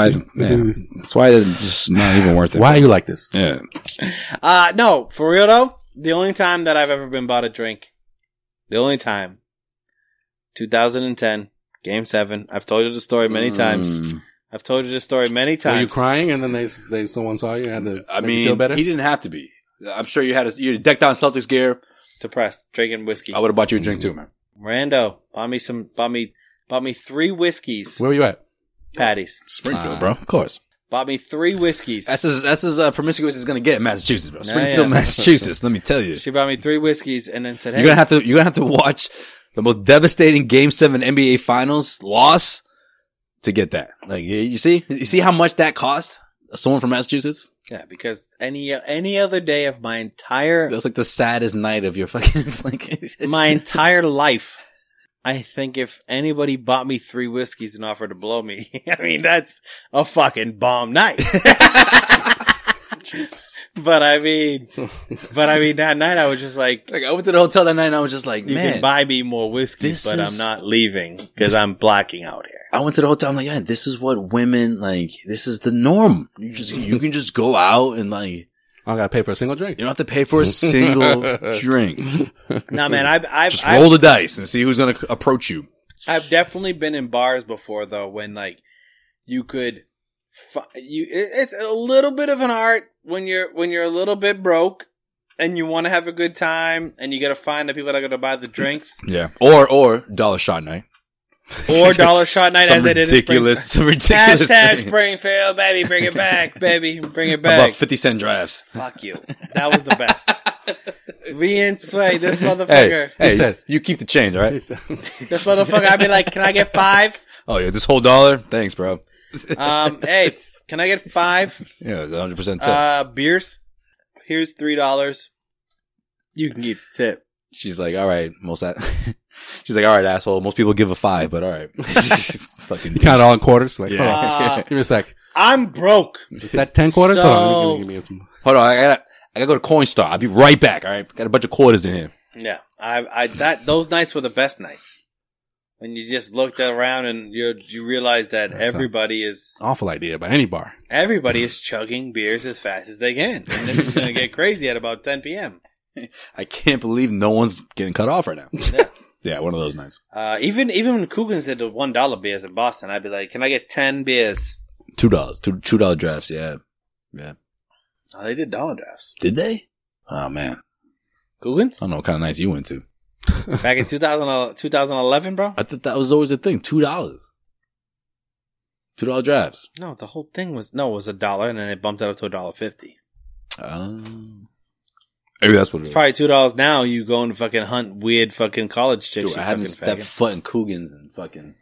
A: that's why it's just not even worth
C: Why are you like this?
A: Yeah.
B: Uh no, for real though. The only time that I've ever been bought a drink, the only time, 2010, Game 7. I've told you the story many times. I've told you the story many times.
C: Were you crying and then they they someone saw you and had to
A: I
C: make you
A: mean,
C: feel better?
A: he didn't have to be. I'm sure you had a, you decked out in Celtics gear.
B: Depressed, drinking whiskey.
A: I would have bought you a drink too, man.
B: Rando, bought me some, bought me, bought me three whiskeys,
C: Where were you at?
B: patties.
A: Springfield, bro. Of course.
B: Bought me three whiskeys.
A: That's as that's as uh, promiscuous as it's gonna get in Massachusetts, bro. Springfield,
B: yeah.
A: Massachusetts. Let me tell you,
B: She bought me three whiskeys and then said, "Hey,
A: you're gonna have to you're gonna have to watch the most devastating Game Seven NBA Finals loss to get that. Like you- you see, you see how much that cost someone from Massachusetts.
B: yeah." Because any any other day of my entire
A: That's like the saddest night of your fucking. It's like
B: my entire life. I think if anybody bought me three whiskeys and offered to blow me, I mean, that's a fucking bomb night. But I mean, but I mean, that night I was just like,
A: Like I went to the hotel that night and I was just like,
B: you
A: man.
B: can buy me more whiskeys,
A: this
B: but
A: is-
B: I'm not leaving because I'm blacking out here.
A: I went to the hotel. I'm like, man, this is what women like. This is the norm. You just you can just go out and like you
C: I gotta pay for a single drink.
A: don't have to pay for a single drink.
B: No, man, I've, I've,
A: Just
B: I've,
A: roll the dice and see who's gonna c- approach you.
B: I've definitely been in bars before though when like you could fi- you it, it's a little bit of an art when you're when you're a little bit broke and you want to have a good time and you got to find the people that are going to buy the drinks
A: Yeah, or or dollar shot night.
B: or dollar shot night as
A: some
B: it is
A: ridiculous, some ridiculous.
B: hashtag
A: thing.
B: Springfield baby bring it back baby bring it
A: About
B: back
A: fifty cent drafts.
B: fuck you that was the best we in sway this
A: Hey,
B: motherfucker
A: hey,
C: said-
A: you keep the change, all right?
B: this motherfucker I'd be like can I get five
A: Oh yeah, this whole dollar. Thanks, bro.
B: um hey can I get five
A: Yeah, one hundred percent tip.
B: Uh, beers. Here's three dollars. You can keep the tip.
A: She's like, all right, most. A- She's like, all right, asshole. Most people give a five, but all right. Fucking
C: You count it all in quarters. Like,
A: Yeah.
C: hold on.
B: Uh,
C: give me a sec.
B: I'm broke.
C: Is that ten quarters? hold on. Give me, give me, give me
A: Hold on, I gotta, I gotta go to Coinstar. I'll be right back. All right, got a bunch of quarters in here.
B: Yeah, I, I that those nights were the best nights. When you just looked around and you you realize that everybody is
C: some awful idea by any bar.
B: everybody is chugging beers as fast as they can, and they're just gonna get crazy at about 10 p.m.
A: I can't believe no one's getting cut off right now.
B: Yeah.
A: yeah, one of those nights.
B: Uh, even even when Coogan's did the one dollar beers in Boston, I'd be like, "Can I get ten beers?"
A: Two dollars, two two dollar drafts. Yeah, yeah.
B: Oh, they did dollar drafts.
A: Did they? Oh man,
B: Coogan's
A: I don't know what kind of nights you went to.
B: back in uh, 2000, 2011, bro.
A: I thought that was always the thing. Two dollars, two dollar drafts.
B: No, the whole thing was no, it was a dollar, and then they bumped it up to a dollar fifty.
A: Um, maybe that's what it
B: It's
A: is.
B: probably two dollars now. You go and fucking hunt weird fucking college chicks.
A: Dude,
B: you
A: I haven't
B: fucking
A: stepped foot in Coogan's in fucking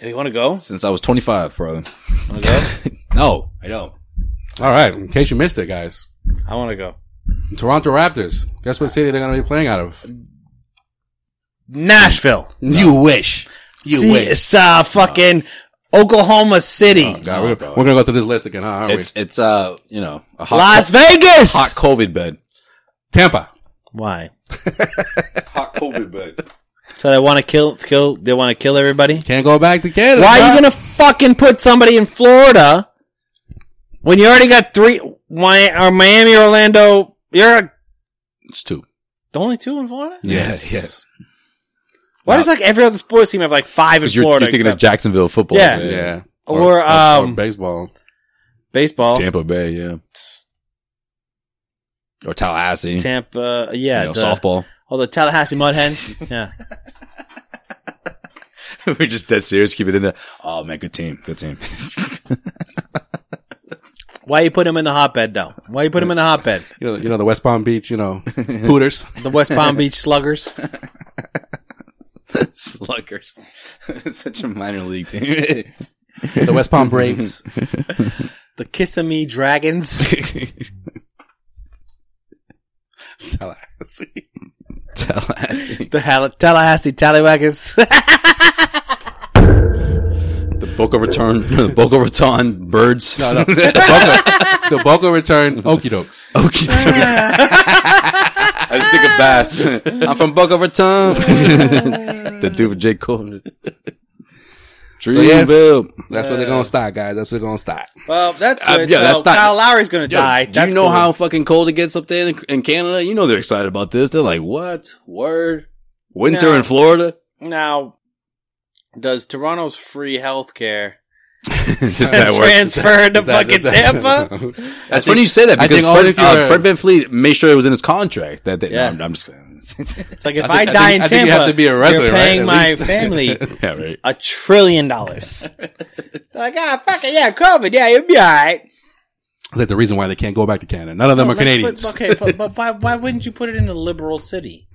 B: faggot. You want to go?
A: since I was twenty five, bro.
B: Want to go?
A: No, I don't.
C: All right. In case you missed it, guys.
B: I want to go.
C: Toronto Raptors. Guess what city they're gonna be playing out of?
B: Nashville.
A: You wish. You
B: See,
A: wish.
B: It's uh, fucking Oklahoma
A: Oh,
B: City,
C: God, we're, we're gonna go through this list again, huh? Aren't
A: It's it's uh you know a hot
B: Las Vegas.
A: hot COVID bed.
C: we? Tampa.
B: Why?
A: Hot COVID bed.
B: So they want to kill, kill. They want to kill everybody.
C: Can't go back to Canada.
B: Why are
C: bro.
B: you gonna fucking put somebody in Florida when you already got three? Why are Miami, Orlando? You're a,
A: It's two.
B: only two in Florida.
A: Yes.
C: Yes.
B: Why does like every other sports team have like five in
A: Because you're,
B: Florida?
A: you're thinking of
B: except-
A: Jacksonville football.
B: Yeah.
C: Yeah.
B: Or, um,
C: baseball.
B: baseball, Tampa,
A: Tampa Bay. Yeah. Or Tallahassee.
B: uh, yeah,
A: you know,
B: the-
A: softball.
B: Oh, the Tallahassee Mud Hens. yeah,
A: We're just dead serious. Keep it in there. Oh man, good team. Good team.
B: why you put him in the hotbed though? Why you put him in the hotbed?
C: You know, you know the West Palm Beach. You know, Hooters.
B: The West Palm Beach Sluggers.
A: Sluggers. Such a minor league team.
C: the West Palm Braves.
B: The Kissimmee Dragons.
C: Tallahassee.
A: Tallahassee.
B: The Hall- Tallahassee Tallywaggers.
A: The Boca Raton. The Boca Raton Birds.
C: No, no. The Boca, the Boca return. Okie dokes.
A: Okie dokie. I just think of Bass. I'm from Boca Raton. the dude with J. Cole.
C: yeah.
A: Dreamville.
C: That's where they're gonna start, guys. That's where they're gonna start.
B: Well, that's
A: Uh,
B: good.
A: yeah,
B: so
A: that's not-
B: Kyle Lowry's going to
A: Yo,
B: die.
A: do
B: That's
A: you know
B: cool.
A: how fucking cold it gets up there in, in Canada? You know they're excited about this. They're like, what? Word? Winter
B: No.
A: in Florida?
B: Now, does Toronto's free healthcare
A: Does that work?
B: transfer to
C: That-
B: fucking
C: that's-
B: Tampa?
A: That's funny you say that
C: I
A: because
C: think only
A: Fred,
C: if you
A: uh,
C: were-
A: Fred Van Fleet made sure it was in his contract that they, no,
B: Yeah.
A: I'm, I'm just
B: It's like if
C: I
B: I,
C: think- I
B: die
C: think-
B: in
C: I think
B: Tampa,
C: you have to be a resident,
B: you're
C: right?
B: paying
C: At
B: my
C: least.
B: family
A: yeah, right.
B: a trillion dollars. It's like, ah, fuck it, yeah, COVID, yeah, you'll be all right.
C: That's like the reason why they can't go back to Canada. None of them are
B: Let's put-
C: Canadians.
B: okay, but, but why, why wouldn't you put it in a liberal city?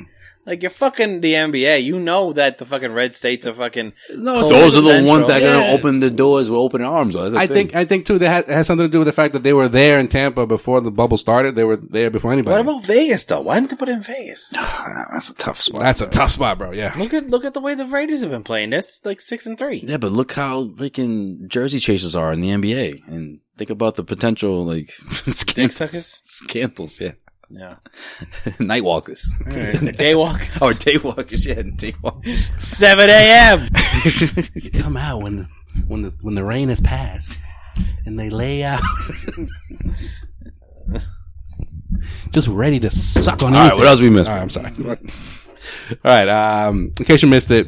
B: Like you're fucking the NBA. You know that the fucking red states are fucking. No,
A: Those are the ones that are going to
C: Yeah.
A: open the doors with open arms. though. That's the
C: I
A: thing.
C: think I think too that had, it has something to do with the fact that they were there in Tampa before the bubble started. They were there before anybody.
B: What about Vegas though? Why didn't they put it in Vegas?
A: that's a tough spot.
C: That's a tough spot, bro. Yeah.
B: Look at look at the way the Raiders have been playing. That's like six and three.
A: yeah, but look how freaking jersey chasers are in the NBA, and think about the potential like scandals,
B: suckers?
A: scandals, yeah,
B: Yeah.
A: nightwalkers
B: Day walk
A: or daywalkers, yeah, daywalkers.
B: seven a.m.
C: Come out when the when the when the rain has passed and they lay out. Just ready to suck on
A: All right, what else we missed?
C: All right, I'm sorry. All right, um, in case you missed it,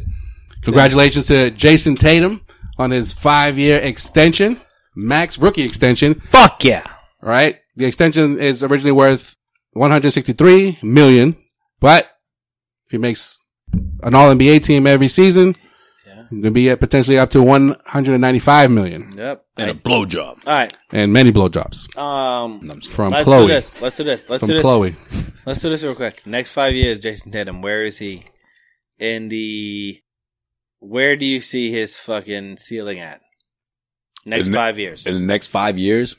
C: congratulations to Jason Tatum on his five-year extension, max rookie extension.
B: Fuck yeah.
C: All right, the extension is originally worth 163 million, but if he makes an All NBA team every season,
B: Yeah.
C: he's gonna be at potentially up to 195 million
B: Yep.
A: And a blowjob.
B: All right.
C: and many blowjobs
B: Um.
C: from
B: Let's do
C: Chloe.
B: this. Let's do this. Let's
C: From
B: do this.
C: Chloe,
B: Let's do this real quick. Next five years, Jason Tatum. Where is he in the? Where do you see his fucking ceiling at? Next
A: In the-
B: five years.
A: In the next five years,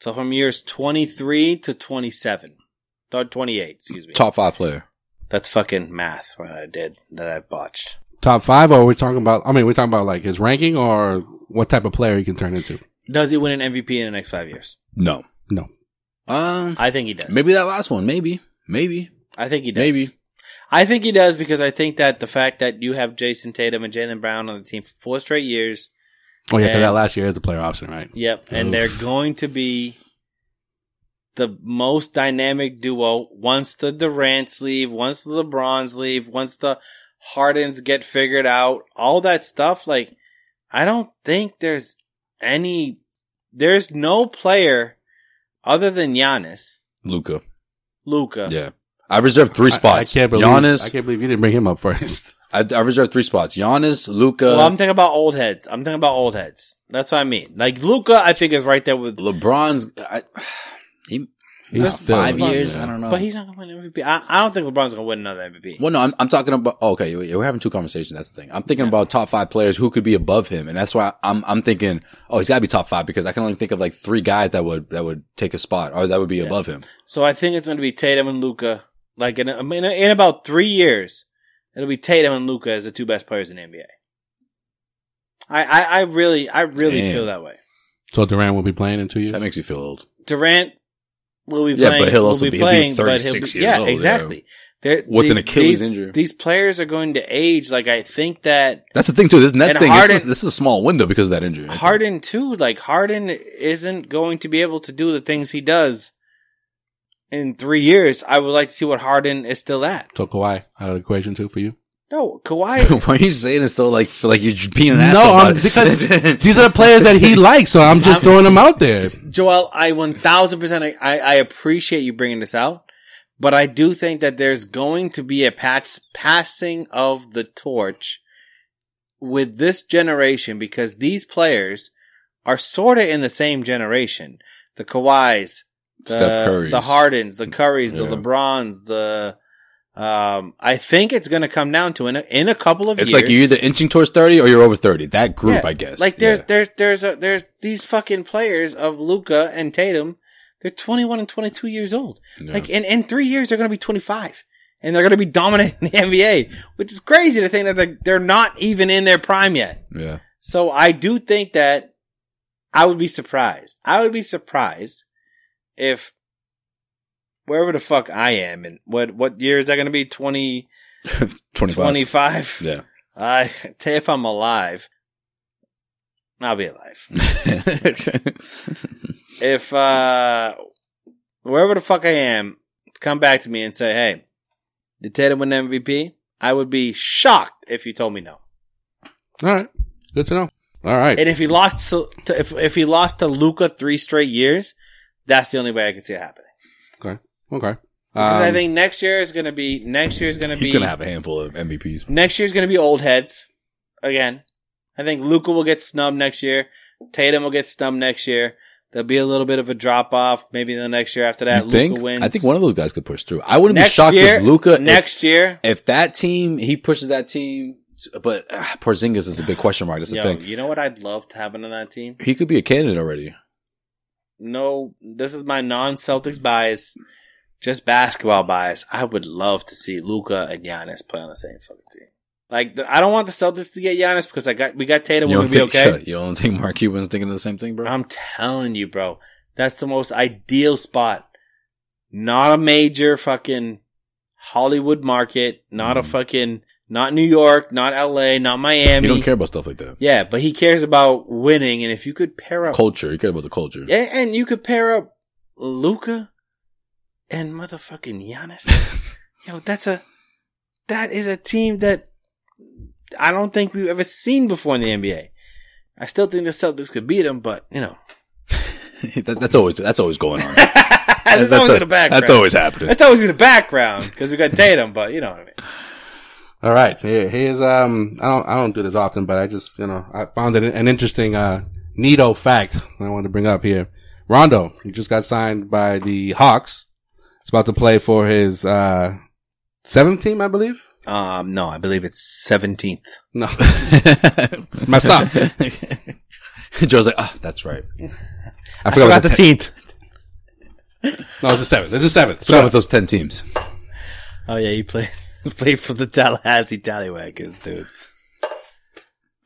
B: so from years twenty three to twenty seven, or twenty eight. Excuse me.
A: top five player.
B: That's fucking math. What I did that I botched.
C: top five, or we're talking about? I mean, we're talking about like his ranking or what type of player he can turn into.
B: Does he win an MVP in the next five years?
A: No,
C: No,
A: um,
B: I think he does.
A: maybe that last one. Maybe, maybe,
B: I think he does.
A: maybe.
B: I think he does because I think that the fact that you have Jason Tatum and Jalen Brown on the team for four straight years.
C: oh yeah, 'cause
B: And-
C: that last year is a player option, right?
B: Yep. And
C: Oof.
B: they're going to be the most dynamic duo once the Durants leave, once the LeBrons leave, once the Hardens get figured out, all that stuff. Like, I don't think there's any, there's no player other than Giannis,
A: Luca.
B: Luca.
A: Yeah, I reserved three spots.
C: I, I can't believe
A: Giannis.
C: I can't believe you didn't bring him up first.
A: I, I reserved three spots: Giannis, Luca,
B: Well, I'm thinking about old heads. I'm thinking about old heads. That's what I mean. Like Luca, I think is right there with
A: LeBron's. I, he,
C: He's
A: not
C: still-
A: five years.
C: yeah.
A: I don't know.
B: But he's not going to win MVP. I, I don't think LeBron's going to win another MVP.
A: well, no, I'm, I'm talking about. oh, okay, yeah, we're having two conversations. That's the thing. I'm thinking about top five players who could be above him, and that's why I'm I'm thinking, oh, he's got to be top five because I can only think of like three guys that would that would take a spot or that would be above him.
B: So I think it's going to be Tatum and Luca. Like in, I mean, in about three years, it'll be Tatum and Luca as the two best players in the NBA. I I, I really I really
A: Damn.
B: feel that way.
C: So Durant will be playing in two years.
A: That makes me feel old.
B: Durant will be
A: Yeah,
B: playing.
A: but he'll also
B: will
A: be-
B: be
A: he'll be
B: playing, but
A: 36
B: he'll be-
A: years
B: yeah,
A: old, yeah.
B: exactly. They're,
A: With an Achilles
B: these-
A: injury.
B: these players are going to age. Like I think that
A: That's the thing too. This net
B: And
A: thing. this, is,
B: Harden-
A: this is a small window because of that injury. I think.
B: Harden too, like Harden isn't going to be able to do the things he does in three years. I would like to see what Harden is still at.
C: So Kawhi out of the equation too for you.
B: No, Kawhi
A: Why are you saying it so like like you're being an ass?
C: No,
A: about
C: um,
A: it?
C: because these are the players that he likes, so I'm just throwing them out there.
B: Joel, I 1000% I, I appreciate you bringing this out, but I do think that there's going to be a patch, passing of the torch with this generation because these players are sort of in the same generation. The Kawhis, the,
A: Steph Curry's.
B: the Hardens, the Currys, the
A: Yeah.
B: LeBrons, the, um, I think it's going to come down to in a, in a couple of
A: It's
B: years.
A: like you're either inching towards 30 or you're over 30. That group,
B: Yeah,
A: I guess.
B: Like there's
A: Yeah.
B: there's there's a, there's these fucking players of Luca and Tatum. They're 21 and 22 years old.
A: Yeah.
B: Like in in three years they're gonna be 25, and they're gonna be dominant in the NBA, which is crazy to think that they're, they're not even in their prime yet.
A: yeah.
B: So I do think that I would be surprised. I would be surprised if wherever the fuck I am and what what year is that gonna be 20
A: 25.
B: 25
A: Yeah.
B: I tell you if I'm alive, I'll be alive. if uh wherever the fuck I am, come back to me and say, "Hey, did Tatum win the MVP?" I would be shocked if you told me no.
C: All right. Good to know. All right.
B: And if he lost to, to if if he lost to Luca three straight years, that's the only way I can see it happening.
C: okay. Okay. Um,
B: Because I think next year is going to be next year is going to be
A: He's gonna have a handful of MVPs.
B: next year's going to be old heads again. I think Luca will get snubbed next year. Tatum will get snubbed next year. There'll be a little bit of a drop off. Maybe the next year after that,
A: you think?
B: Luca wins.
A: I think one of those guys could push through. I wouldn't
B: next
A: be shocked
B: year,
A: if Luca
B: next year.
A: if that team he pushes that team, but uh, Porzingis is a big question mark. That's the
B: Yo,
A: thing.
B: you know what I'd love to happen on that team?
A: He could be a candidate already.
B: No, this is my non-Celtics bias, just basketball bias. I would love to see Luca and Giannis play on the same fucking team. Like the, I don't want the Celtics to get Giannis because I got we got Tatum.
A: You
B: We'll
A: don't,
B: be
A: think,
B: okay.
A: you don't think Mark Cuban's thinking of the same thing, bro?
C: Uh,
B: I'm telling you, bro. That's the most ideal spot. Not a major fucking Hollywood market. Not
A: Mm-hmm.
B: a fucking, not New York, not LA, not Miami.
A: you don't care about stuff like that.
B: Yeah, but he cares about winning. And if you could pair
C: Oh.
B: up,
A: Culture. You care about the culture.
B: and, and you could pair up Luca and motherfucking Giannis. Yo, that's a, that is a team that I don't think we've ever seen before in the NBA. I still think the Celtics could beat them, but you know.
A: that, that's always that's always going on.
B: that's, always
A: a-
B: in the background.
A: that's always happening.
B: That's always in the background because we got Tatum, but you know what I mean.
C: all right. Here, here's um. I don't I don't do this often, but I just you know I found it an interesting uh neato fact that I wanted to bring up here. Rondo he just got signed by the Hawks. He's about to play for his uh seventh team, I believe.
B: Um, no, I believe it's seventeenth.
C: No, messed up.
A: Joe's like, ah, that's right.
C: I forgot. what the te-
B: teenth.
C: no, it's the seventh. It's the seventh.
A: Forgot about those ten teams.
B: Oh yeah, you play play for the Tallahassee Tallywackers, dude.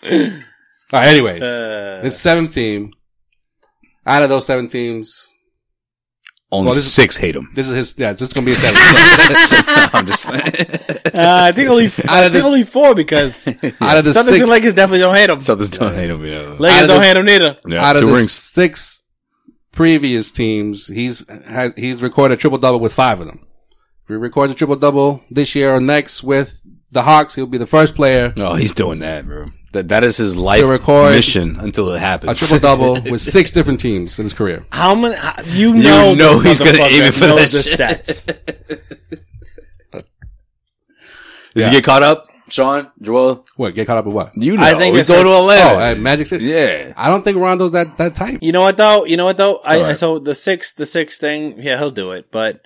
C: All right, anyways,
B: Uh.
C: it's seventh team. Out of those seven teams,
A: Only
C: Well, this is-
A: six hate him.
C: this is his. Yeah, this is gonna be his seventh.
A: I'm just
B: Uh, I think only I think
C: this-
B: only four because
C: out of the
B: Celtics
C: six,
B: and Lakers definitely don't hate them.
A: Celtics don't hate him. Yeah.
C: out
B: Lakers
C: of
B: don't
C: the-
B: hate them neither.
A: Yeah,
C: out of
A: two
C: the
A: rings.
C: six previous teams, he's has, he's recorded a triple double with five of them. If he records a triple double this year or next with the Hawks, he'll be the first player
A: No, Oh, he's doing that, bro. That that is his life
C: To record
A: mission until it happens.
C: a triple double with six different teams in his career.
B: How many? How, you know,
A: know
B: this
A: he's gonna aim
B: motherfucker
A: it for
B: knows
A: that
B: the
A: shit.
B: stats.
A: Does
C: Yeah.
A: he get caught up, Sean, Joel?
C: What get caught up with what?
A: You know,
B: I think
A: he's
B: it's-
A: going to
C: Oh,
A: Atlanta.
C: at Magic City.
A: yeah,
C: I don't think Rondo's that that type.
B: You know what though? You know what though? I,
A: All right.
B: so the six, the six thing, yeah, he'll do it. But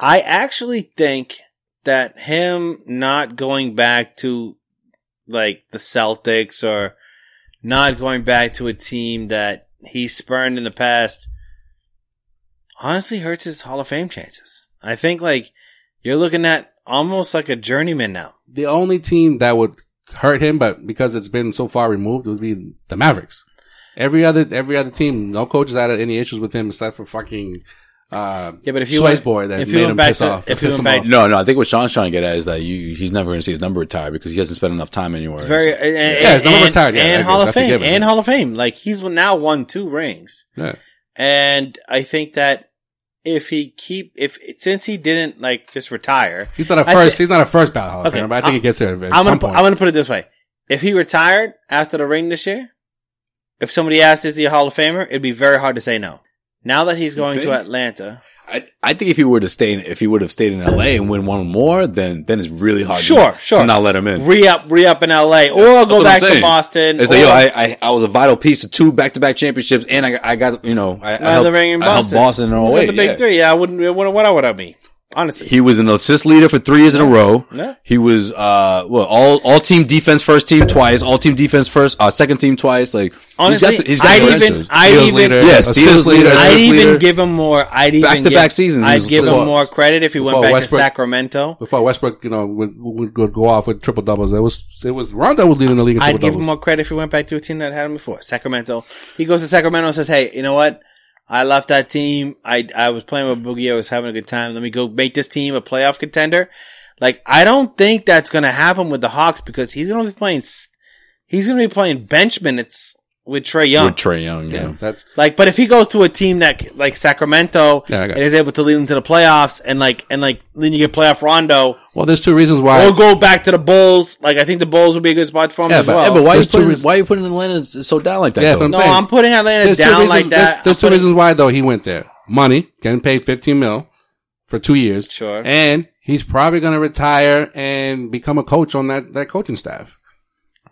B: I actually think that him not going back to like the Celtics or not going back to a team that he spurned in the past honestly hurts his Hall of Fame chances. I think like you're looking at almost like a journeyman now.
C: The only team that would hurt him, but because it's been so far removed, would be the Mavericks. Every other every other team, no coach has had any issues with him except for fucking uh,
B: Yeah, but if you
C: Swice
B: went-
C: boy that
B: if you
C: made
B: went
C: him
B: back
C: piss
B: to-
C: off.
B: if you went
C: pissed him
B: back-
C: off.
A: no, no. I think what Sean's trying to get at is that you, he's never going to see his number retired because he hasn't spent enough time anywhere.
B: It's very and,
C: Yeah, it's not
B: and,
C: retired yet.
B: and
C: I agree.
B: Hall of
C: That's a
B: Fame
C: given.
B: and Hall of Fame. Like he's now won two rings.
C: Yeah.
B: And I think that if he keep if since he didn't like just retire,
C: He's not a
B: I
C: first.
B: thi-
C: he's not a first ballot Hall of
B: Okay,
C: Famer, but I think
B: I-
C: he gets there at some
B: I'm gonna pu-
C: point.
B: I'm gonna put it this way: if he retired after the ring this year, if somebody asked is he a Hall of Famer, it'd be very hard to say no. Now that he's going to
A: think?
B: Atlanta,
A: I, I think if he were to stay, in, if he would have stayed in L.A. and win one more, then then Oh, it's really hard. to-
B: Sure, sure.
A: To not let him in.
B: re up re up in L.A. or
A: That's
B: go
A: what
B: back
A: I'm
B: to
A: saying.
B: Boston.
A: It's
B: or,
A: like, yo, I, I, I was a vital piece of two back to back championships, and I, I got, you know, I, I,
B: Another
A: helped,
B: ring in
A: I helped
B: Boston.
A: Boston in
B: Look at
A: 08.
B: the big
A: oh, yeah.
B: three. Yeah, I wouldn't. What what would I be? Honestly,
A: He was an assist leader for three years in a row.
B: Yeah.
A: He was uh well all all team defense first team twice, all team defense first, uh second team twice. Like
B: honestly, I'd even
A: credentials.
B: I'd
C: Steals
B: even
C: leader,
A: Yeah,
C: assist
A: Steals leader,
C: leader,
A: assist
B: I'd even
A: leader.
B: give him more. I'd even
A: Back-to-back
B: give-
A: seasons, he
B: I'd
A: was
B: give him
A: before-
B: more credit if he went
C: before
B: back
C: Westbrook-
B: to Sacramento.
C: Before Westbrook, you know, would, would, would go off with triple doubles. It was it was Rondo was leading the league in triple
B: I'd give him
C: doubles.
B: more credit if he went back to a team that had him before. Sacramento. He goes to Sacramento and says, "Hey, you know what? I left that team. I I was playing with Boogie. I was having a good time. Let me go make this team a playoff contender." Like I don't think that's going to happen with the Hawks because he's going to be playing. s- He's going to be playing bench minutes with Trey Young.
A: with Trey Young.
C: Yeah,
A: Yeah.
C: that's
B: Like, but if he goes to a team that like Sacramento
C: Yeah, I got
B: and is able to lead them to the playoffs, and like and like then you get playoff Rondo
C: well. There's two reasons why.
B: or go back to the Bulls. Like, I think the Bulls would be a good spot for him
C: Yeah,
B: as
C: but-
B: well.
A: Yeah, but why are you
C: Oh, There's two
A: putting
C: reasons-
A: why are you putting Atlanta s- so down like that?
C: Yeah,
A: though?
C: that's what
B: no,
C: I'm saying.
B: I'm putting Atlanta
C: there's two
B: down
C: reasons,
B: like that.
C: There's, there's
B: I'm
C: two
B: putting-
C: reasons why though he went there. Money, getting paid 15 mil for two years.
B: Sure.
C: And he's probably going to retire and become a coach on that, that coaching staff.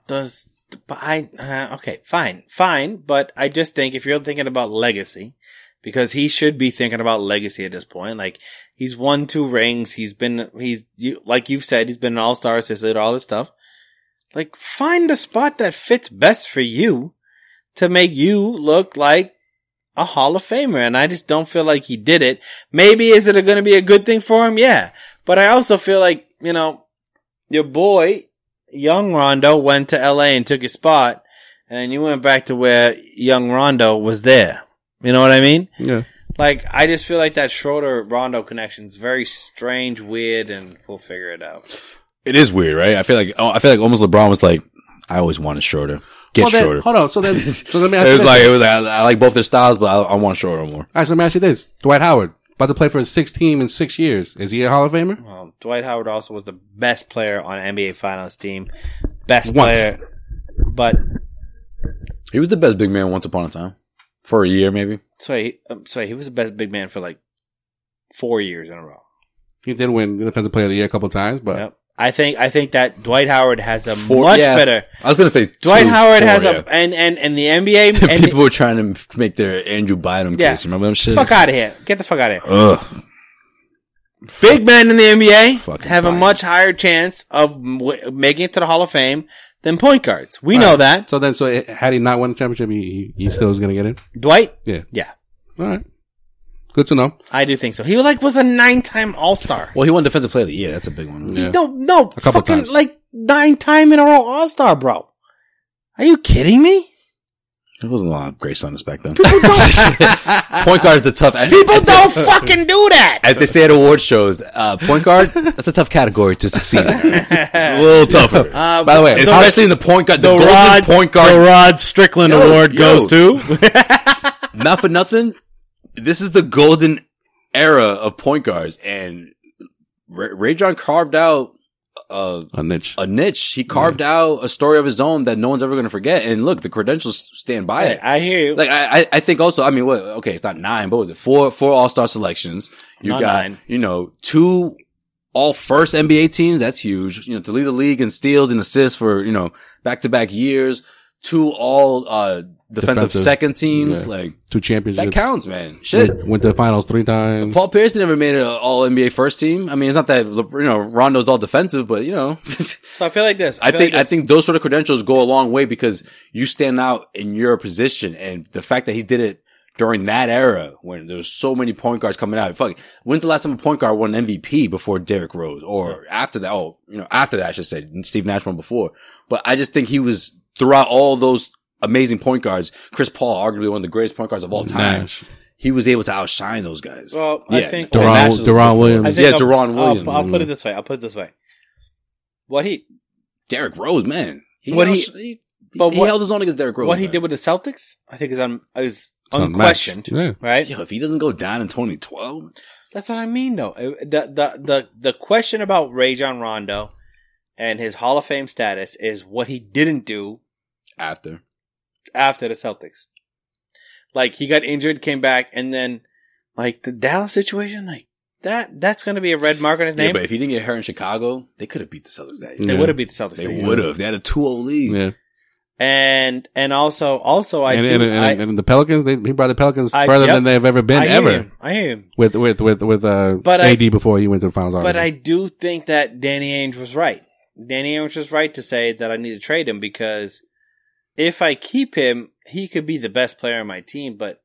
B: Does but I uh, okay, fine, fine. But I just think if you're thinking about legacy, because he should be thinking about legacy at this point. Like he's won two rings. He's been he's you, like you've said he's been an all star assistant, all this stuff. Like find the spot that fits best for you to make you look like a Hall of Famer. And I just don't feel like he did it. Maybe is it going to be a good thing for him? Yeah, but I also feel like you know your boy young Rondo went to LA and took his spot, and then you went back to where young Rondo was there. You know what I mean?
C: Yeah.
B: Like, I just feel like that Schroeder Rondo connection is very strange, weird, and we'll figure it out.
A: it is weird, right? I feel like oh, I feel like almost LeBron was like, I always wanted shorter, get
C: Well, then-
A: shorter.
C: Hold on. So then, so let me ask
A: It
C: you
A: was
C: this.
A: like it was like I, I like both their styles, but I, I want shorter more.
C: All right, so let me ask you this. Dwight Howard, about to play for his sixth team in six years. Is he a Hall of Famer?
B: Um, Dwight Howard also was the best player on an NBA Finals team, best
C: Once.
B: player, but
A: He was the best big man once upon a time for a year, maybe.
B: so he, um, so he was the best big man for like four years in a row.
C: He did win the Defensive Player of the Year a couple times, but
B: Yep. I think I think that Dwight Howard has a
A: Four-
B: much
A: yeah.
B: better.
A: I was gonna say
B: Dwight
A: two,
B: Howard
A: four,
B: has
A: yeah.
B: a and and and the NBA and
A: People were trying to make their Andrew Bynum
B: Yeah.
A: case. Remember them shit?
B: Fuck out of here. Get the fuck out of here.
A: Ugh.
B: Big men in the NBA
A: Fucking
B: have a
A: Biden.
B: much higher chance of w- making it to the Hall of Fame than point guards. We
C: All
B: know
C: right.
B: that.
C: So then, so it, had he not won the championship, he, he, he still was going to get it?
B: Dwight?
C: Yeah.
B: Yeah.
C: All right. Good to know.
B: I do think so. He like was a nine-time All-Star.
A: Well, he won Defensive Player of the Year. That's a big one.
C: Yeah.
B: No, no.
C: A couple
B: fucking
C: times.
B: like nine-time in a row All-Star, bro. Are you kidding me?
A: There wasn't a lot of great sons back then.
B: People don't,
A: Point guard's a tough.
B: people don't fucking do that.
A: As they say at award shows, uh, point guard, that's a tough category to succeed. in. a little tougher.
B: Uh,
C: By the way, how-
A: Especially in the point guard, the, golden point guard.
B: Rod Strickland
A: Yo, Award yo. goes
B: to.
A: Not for nothing. This is the golden era of point guards, and Ray, Ray John carved out a,
C: a niche.
A: a niche. He carved out a story of his own that no one's ever going to forget. And look, the credentials stand by it.
B: I hear you.
A: Like I, I- I think also, I mean, what? Okay, it's not nine, but what was it four? Four All Star selections. You
B: Not
A: got,
B: nine.
A: you know, two all first NBA teams. That's huge. You know, to lead the league in steals and assists for you know back to back years. Two all uh defensive,
C: Defensive.
A: second teams. Like
C: Two championships.
A: that counts, man. Shit.
C: Went to the finals three times.
A: Paul Pierce never made an All NBA first team. I mean, it's not that you know Rondo's all defensive, but you know,
B: so I feel like this.
A: I
B: feel
A: think
B: like
A: I
B: this.
A: think those sort of credentials go a long way because you stand out in your position, and the fact that he did it during that era when there's so many point guards coming out. Fuck, when's the last time a point guard won an MVP before Derrick Rose or after that? Oh, you know, after that, I should say Steve Nash won before, but I just think he was throughout all those amazing point guards. Chris Paul, arguably one of the greatest point guards of all time,
C: Nash.
A: he was able to outshine those guys.
B: Well, I
A: Yeah,
B: think
A: Durant- Nash
B: Nash
C: Deron,
A: is
C: Deron Williams.
B: I
A: Yeah,
B: I'll-
A: Deron
B: I'll-
A: Williams.
B: I'll, put it this way. I'll put it this way. What he
A: Derrick Rose, man, he
B: What he-
A: outsh- he,
B: but
A: he
B: what-
A: held his own against Derrick Rose.
B: what he
A: man.
B: did with the Celtics, I think is un, is
C: It's not
B: unquestioned,
C: matched. Yeah.
B: right?
A: Yo, if he doesn't go down in 2012,
B: That's what I mean, though. Uh, The the the the question about Rajon Rondo and his Hall of Fame status is what he didn't do
A: after.
B: after the Celtics. Like he got injured, came back, and then like the Dallas situation, like that that's going to be a red mark on his
A: Yeah,
B: name.
A: but if he didn't get hurt in Chicago, they could have beat the Celtics that year.
B: they
C: Yeah.
B: would have beat the Celtics.
A: They
B: that year.
A: would have. They had a 2-0 lead.
C: Yeah.
B: and and also also I
C: and,
B: do,
C: and, and,
B: I,
C: and the Pelicans, they, he brought the Pelicans
B: I-
C: further
B: yep.
C: than they've ever been
B: I hear
C: ever
B: you. I hear him.
C: with with with with uh,
B: But I-
C: AD before he went to the finals.
B: But I
C: obviously.
B: do think that Danny Ainge was right. Danny Ainge was right to say that I need to trade him because if I keep him, he could be the best player on my team, but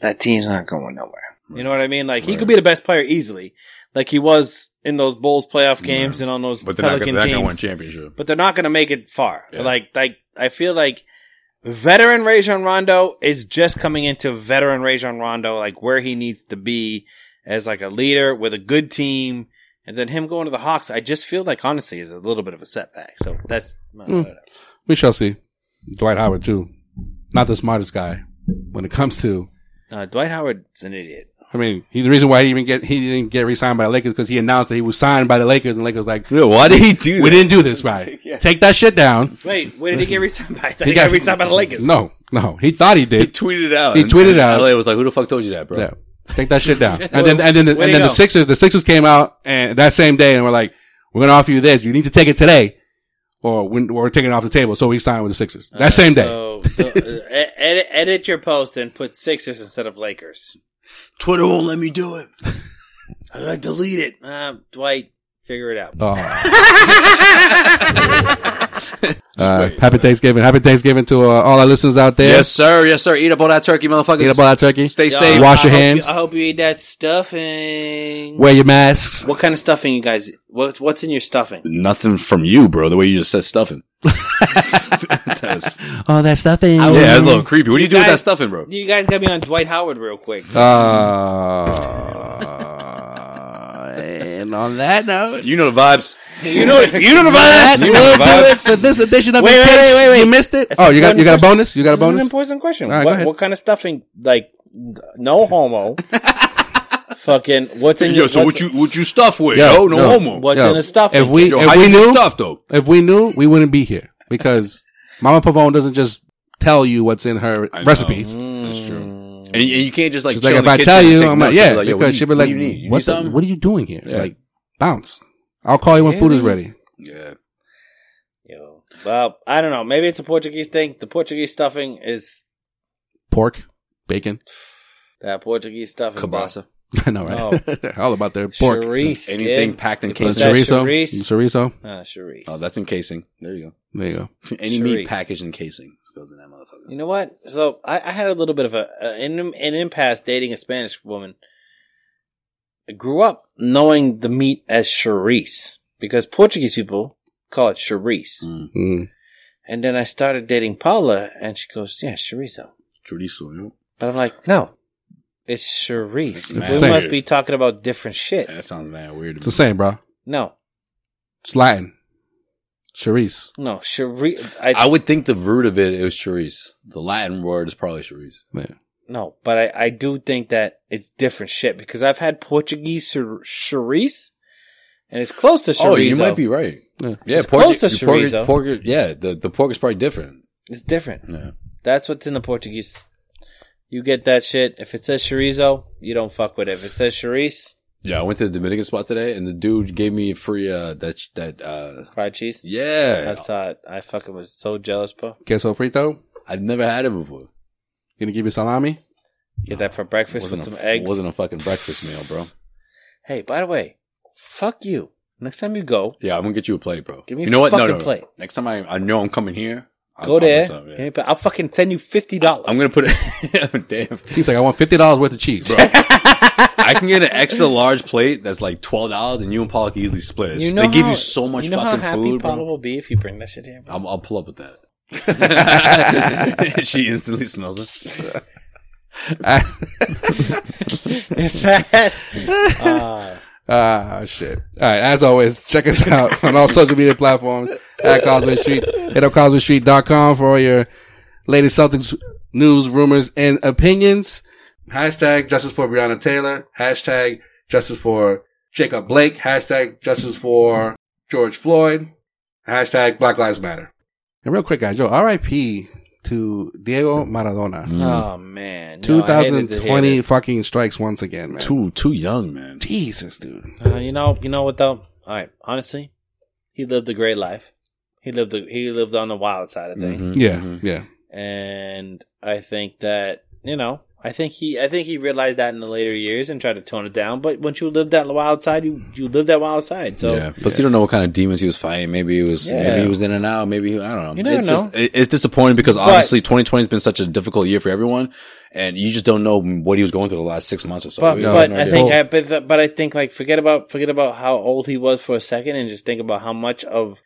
B: that team's not going nowhere. You know what I mean? Like he
A: Right.
B: could be the best player easily, like he was in those Bulls playoff games and on those Pelican teams.
A: championship.
B: but they're not going to make it far.
A: Yeah.
B: Like, like I feel like veteran Rajon Rondo is just coming into veteran Rajon Rondo, like where he needs to be as like a leader with a good team, and then him going to the Hawks. I just feel like honestly is a little bit of a setback. So that's
C: we shall see. Dwight Howard too. not the smartest guy when it comes to.
B: Uh, Dwight Howard's an idiot.
C: I mean, he, the reason why he even get he didn't get re-signed by the Lakers because he announced that he was signed by the Lakers, and the Lakers was like,
A: Yeah, why did he do that?
C: "We didn't do this right.
A: Yeah.
C: Take that shit down."
B: Wait, where did he get resigned by? I thought he, got, resigned by the Lakers.
C: No, no, he thought he
A: He
C: did.
A: tweeted it out.
C: He
A: and-
C: tweeted
A: and
C: out.
A: LA was like, "Who the fuck told you that, bro?"
C: Yeah. Take that shit down. And then and then the,
B: Where'd
C: and
B: it
C: then the
B: go?
C: Sixers, the Sixers came out and that same day and were like, "We're gonna offer you this. You need to take it today, or we- we're taking it off the table." So he signed with the Sixers that same day.
B: So, so, uh, edit, edit your post and put Sixers instead of Lakers.
A: Twitter won't let me do it. I like delete it.
B: Uh, Dwight, figure it out.
C: Oh. Uh, happy Thanksgiving. Happy Thanksgiving to uh, all our listeners out there.
A: Yes, sir. Yes, sir. Eat up all that turkey, motherfuckers.
C: Eat up all that turkey.
A: Stay
B: Y'all,
A: safe.
C: Wash
B: I
C: your
B: hope you-
C: hands.
B: I hope you eat that stuffing.
C: Wear your masks.
B: What kind of stuffing, you guys? What, what's in your stuffing?
A: Nothing from you, bro. The way you just said stuffing. that was,
C: Oh, that stuffing.
A: yeah, that's a little creepy. What do you, do with that
B: Mm. guys-
A: stuffing, bro?
B: You guys got me on Dwight Howard real quick.
C: Uh, and on that note,
A: You know the vibes.
B: You know, you know
C: that
A: You know
C: will
A: the
C: do
A: vibes.
C: it for this edition of
B: Wait,
C: the
B: wait,
C: Pitch.
B: wait, wait, wait.
C: You missed it. oh, you got you got a bonus. You got a
B: This is an
C: bonus.
B: important question.
C: All right, go
B: what,
C: ahead.
B: what kind of stuffing? Like, no homo. fucking, what's in
A: Yo,
B: your?
A: so
B: what's-
A: what you what you stuff with?
C: Yeah,
A: yo, no
C: yo.
A: homo.
B: What's
C: Yo,
B: in the stuffing?
C: If we
A: Yo,
C: if
A: how
C: we
A: you get
C: knew
A: stuff though?
C: if we knew we wouldn't be here because Mama Pavone doesn't just tell you what's in her
A: I know.
C: recipes.
A: That's true.
B: Mm.
A: And, and you can't just like
C: She's
A: chill in
C: like, if
A: the
C: I
A: kitchen
C: tell
A: and
C: you,
A: take
C: I'm like,
A: notes.
C: yeah,
A: yo, what do
C: because she'll be
A: you-
C: like,
A: what do you need? You
C: what,
A: need
C: the-
A: something?
C: what are you doing here?
A: Yeah.
C: Like, bounce. I'll call you when food is ready.
A: Yeah.
B: Yo, well, I don't know. Maybe it's a Portuguese thing. The Portuguese stuffing is
C: Pork, bacon.
B: that Portuguese stuffing. bro.
A: Kielbasa.
C: I know, right?
A: Oh.
C: All about their pork.
B: Chorizo,
A: Anything
B: dude.
A: packed in
B: Put that
A: casing.
C: Chorizo.
B: Chorizo.
C: Chorizo.
B: Ah, Chorizo.
A: Oh, that's encasing. There you
C: There you go.
A: go. Any
B: Charisse.
A: meat packaged in casing goes in that motherfucker.
B: You know what? So I, I had a little bit of a, a an, an impasse dating a Spanish woman. I grew up knowing the meat as chorizo because Portuguese people call it chorizo.
A: Mm.
C: Mm.
B: And then I started dating Paula, and she goes, "Yeah, chorizo."
A: Chorizo, you know?
B: But I'm like, "No, it's
A: It's
B: chorizo.
A: the
B: We
C: same.
B: must be talking about different shit."
A: Yeah, that sounds mad weird.
C: It's
A: To
C: the
A: me.
C: same, bro.
B: No,
C: It's Latin. Chorizo.
B: no, chorizo. I,
A: I would think the root of it is chorizo. The Latin word is probably chorizo.
C: Yeah.
B: No, but I, I do think that it's different shit because I've had Portuguese chor- chorizo, and it's close to chorizo.
A: Oh, you might be right.
C: Yeah.
A: Yeah,
B: It's close to
A: your pork-
B: chorizo.
A: pork- yeah, the, the pork is probably different.
B: It's different.
A: Yeah.
B: That's what's in the Portuguese. You get that shit. If it says chorizo, you don't fuck with it. If it says chorizo,
A: Yeah, I went to the Dominican spot today, and the dude gave me a free uh that that uh
B: fried cheese.
A: yeah.
B: That's hot. I fucking was so jealous, bro.
C: Queso frito.
A: I've never had it before.
C: Gonna give you salami.
B: Get that for breakfast with
A: a,
B: some eggs.
A: Wasn't a fucking breakfast meal, bro.
B: Hey, by the way, fuck you. Next time you go,
A: Yeah, I'm gonna get you a plate, bro.
B: Give me
A: you know what? No,
B: fucking
A: no, no.
B: plate.
A: Next time I, I know I'm coming here. I'll-
B: go
A: I'll
B: there.
A: get some, yeah.
B: Give me pa- I'll fucking send you fifty dollars.
A: I'm gonna put it. Damn,
C: He's like, I want fifty dollars worth of cheese.
A: I can get an extra large plate that's like twelve dollars, and you and Paul can easily split it. they give
B: how-
A: you so much
B: you know
A: fucking
B: how happy
A: food,
B: Paula
A: bro.
B: will be if you bring that shit here. bro?
A: I'm, I'll pull up with that. she instantly smells it.
B: It's that. Uh,
C: Ah, shit. All right. As always, check us out on all social media platforms at Causeway Street. Hit up causewaystreet.com for all your latest Celtics news, rumors, and opinions. Hashtag justice for Breonna Taylor. Hashtag justice for Jacob Blake. Hashtag justice for George Floyd. Hashtag Black Lives Matter. And real quick, guys, yo, RIP to Diego Maradona.
B: oh man, No, I hated to hear
C: 2020
B: this.
C: fucking strikes once again, man.
A: Too too young, man.
C: Jesus, dude.
B: Uh, you know, you know what though? All right, honestly, he lived a great life. He lived the he lived on the wild side of
A: Mm-hmm.
B: things,
C: Yeah,
B: Mm-hmm.
C: yeah.
B: and I think that you know, I think he I think he realized that in the later years and tried to tone it down. But once you live that wild side, you you live that wild side. So
A: yeah, but you don't know what kind of demons he was fighting. Maybe he was,
B: Yeah.
A: maybe he was in and out. Maybe he, I don't know.
B: You never
A: it's
B: know.
A: just it, it's disappointing because obviously 2020 has been such a difficult year for everyone, and you just don't know what he was going through the last six months or so.
B: But,
A: We have
B: but
A: no
B: I
A: idea.
B: think I, but, th- but I think like forget about forget about how old he was for a second and just think about how much of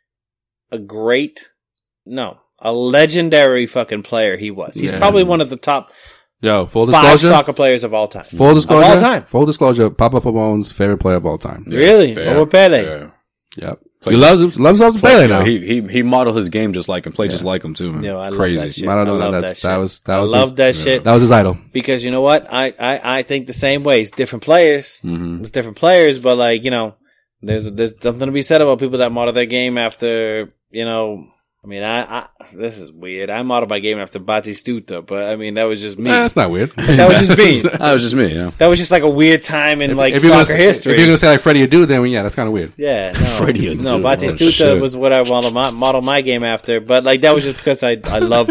B: a great no a legendary fucking player he was. He's
C: Yeah.
B: probably one of the top
C: Yo, full
B: five
C: disclosure.
B: soccer players of all time.
C: Full disclosure.
B: Of all time.
C: Full disclosure. Papa Pomone's favorite player of all time.
A: Yeah,
B: really
A: fair.
B: over Pele.
A: Yeah.
C: Yep. he loves him, loves Elvis
E: play,
C: Baylor
E: you know,
C: now.
E: he he he modeled his game just like him, play just like him too, man.
B: Yo, I love
E: Crazy.
B: that shit.
C: I don't know.
B: I love
C: that's,
B: that
C: that,
B: shit.
C: was that
B: I
C: was
B: love
C: his,
B: that shit.
C: that was his idol.
B: because you know what I, I I think the same way. It's different players.
E: Mm-hmm.
B: It was different players, but like you know, there's there's something to be said about people that model their game after you know. I mean, I, I this is weird. I modeled my game after Batistuta, but I mean that was just me.
C: Eh, that's not weird.
B: that was just me.
E: That was just me, you know.
B: That was just like a weird time in like
C: you're
B: soccer
C: gonna,
B: history.
C: If you're gonna say like Freddie Adu, then yeah, that's kind of weird.
B: Yeah, no,
E: Freddie and
B: no,
E: Dude,
B: Batistuta
E: oh, shit.
B: was what I modeled my, modeled my game after, but like that was just because I I love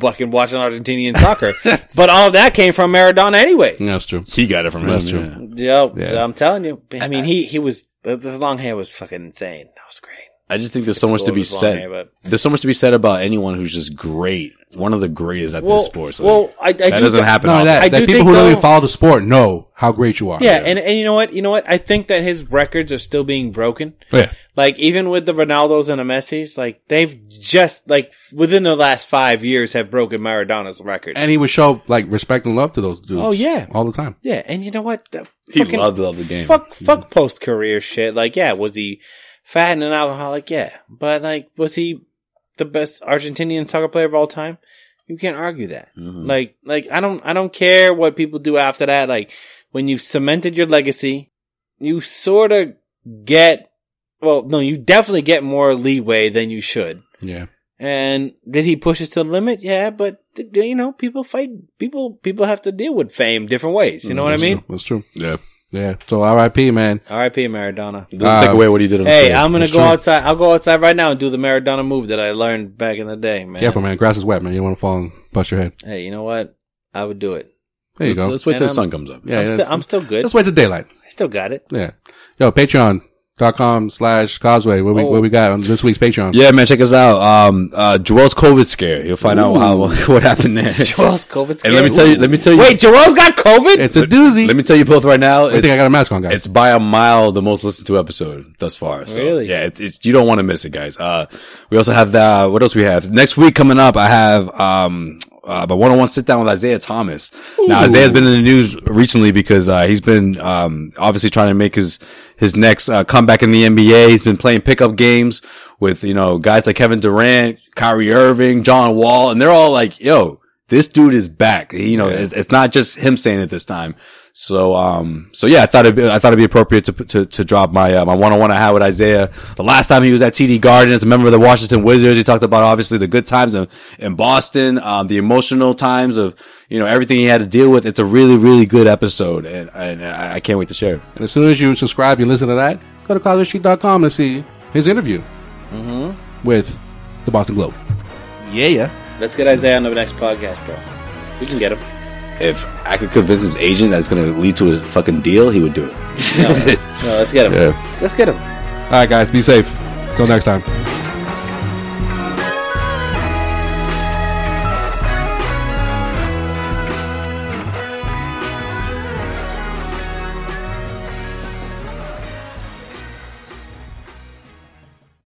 B: fucking watching Argentinian soccer. but all of that came from Maradona anyway.
C: Yeah, that's true.
E: He got it from
C: That's
E: him.
C: true.
E: yeah.
B: Yo,
C: Yeah.
B: I'm telling you. I mean, he he was th- this long hair was fucking insane. That was great.
E: I just think there's so much to be
B: It's long
E: said.
B: hair, but-
E: there's so much to be said about anyone who's just great, one of the greatest at
B: Well-
E: this sport.
B: well, I- I
E: that
B: do
E: doesn't
B: th-
E: happen.
C: No,
E: often.
C: that,
B: I
C: that
B: do
C: people
B: think,
C: who don't
B: though-
C: even follow the sport know how great you are.
B: Yeah, and and you know what? You know what? I think that his records are still being broken.
C: yeah.
B: Like even with the Ronaldos and the Messis, like they've just like f- within the last five years have broken Maradona's record.
C: And he would show like respect and love to those dudes.
B: Oh, yeah.
C: all the time.
B: yeah, and you know what? The
E: He loved- loved the game.
B: Fuck, fuck post career shit. Like, yeah, was he fat and an alcoholic? Yeah, but like, was he the best Argentinian soccer player of all time? You can't argue that.
A: Mm-hmm. Hmm.
B: Like, like I don't, I don't care what people do after that. Like, when you've cemented your legacy, you sort of get, well, no, you definitely get more leeway than you should.
C: Yeah,
B: And did he push it to the limit? Yeah, but th- you know, people fight. People, people have to deal with fame different ways. You know what I
C: that's
B: mean?
C: true. That's true. Yeah, yeah. So R.I.P. Man.
B: R.I.P. Maradona.
E: It doesn't take
C: Uh,
E: away what he did. On the
B: Hey,
E: field.
B: I'm gonna
C: That's
B: go
C: true.
B: outside. I'll go outside right now and do the Maradona move that I learned back in the day, man.
C: Careful, man. Grass is wet, man. You don't want to fall and bust your head.
B: Hey, you know what? I would do it.
C: There you go.
E: Let's wait till
B: And
E: the
B: I'm-
E: sun comes up.
C: yeah,
B: I'm,
C: that's-
B: still, I'm still good.
C: let's wait till daylight.
B: I still got it.
C: Yeah. Yo, patreon.com slash causeway. What we, what we got on this week's Patreon?
E: Oh. Yeah, man, check us out. Um, uh, Joel's COVID scare. You'll find out how, what happened there.
B: Joel's COVID.
E: and let me tell you, let me tell you,
B: Wait, Joel's got COVID.
C: It's a doozy.
E: let me tell you both right now.
C: I think I
E: It's,
C: got a mask on, guys.
E: it's by a mile the most listened to episode thus far. So,
B: Really?
E: Yeah, it's, it's you don't want to miss it, guys. Uh, we also have the what else we have next week coming up. I have um. Uh, but one-on-one sit down with Isaiah Thomas. Now Isaiah's been in the news recently because uh, he's been um, obviously trying to make his his next uh, comeback in the NBA. He's been playing pickup games with you know guys like Kevin Durant, Kyrie Irving, John Wall, and they're all like, "Yo, this dude is back. You know, it's, it's not just him saying it this time. So, um, so yeah, I thought it'd be, I thought it'd be appropriate to, put- to, to drop my, uh, my one-on-one I had with Isaiah. The last time he was at TD Garden as a member of the Washington Wizards, he talked about obviously the good times in, in Boston, um, the emotional times of, you know, everything he had to deal with. It's a really, really good episode and, and I I can't wait to share it.
C: and as soon as you subscribe, you listen to that, go to causewaystreet.com and see his interview
E: Mm-hmm.
C: with the Boston Globe. Yeah, yeah.
B: Let's get Isaiah on the next podcast, bro. We can get him.
E: If I could convince his agent that's going to lead to a fucking deal, he would do it.
B: No, let's get him.
C: Yeah.
B: Let's get him.
C: All right, guys. Be safe. Till next time.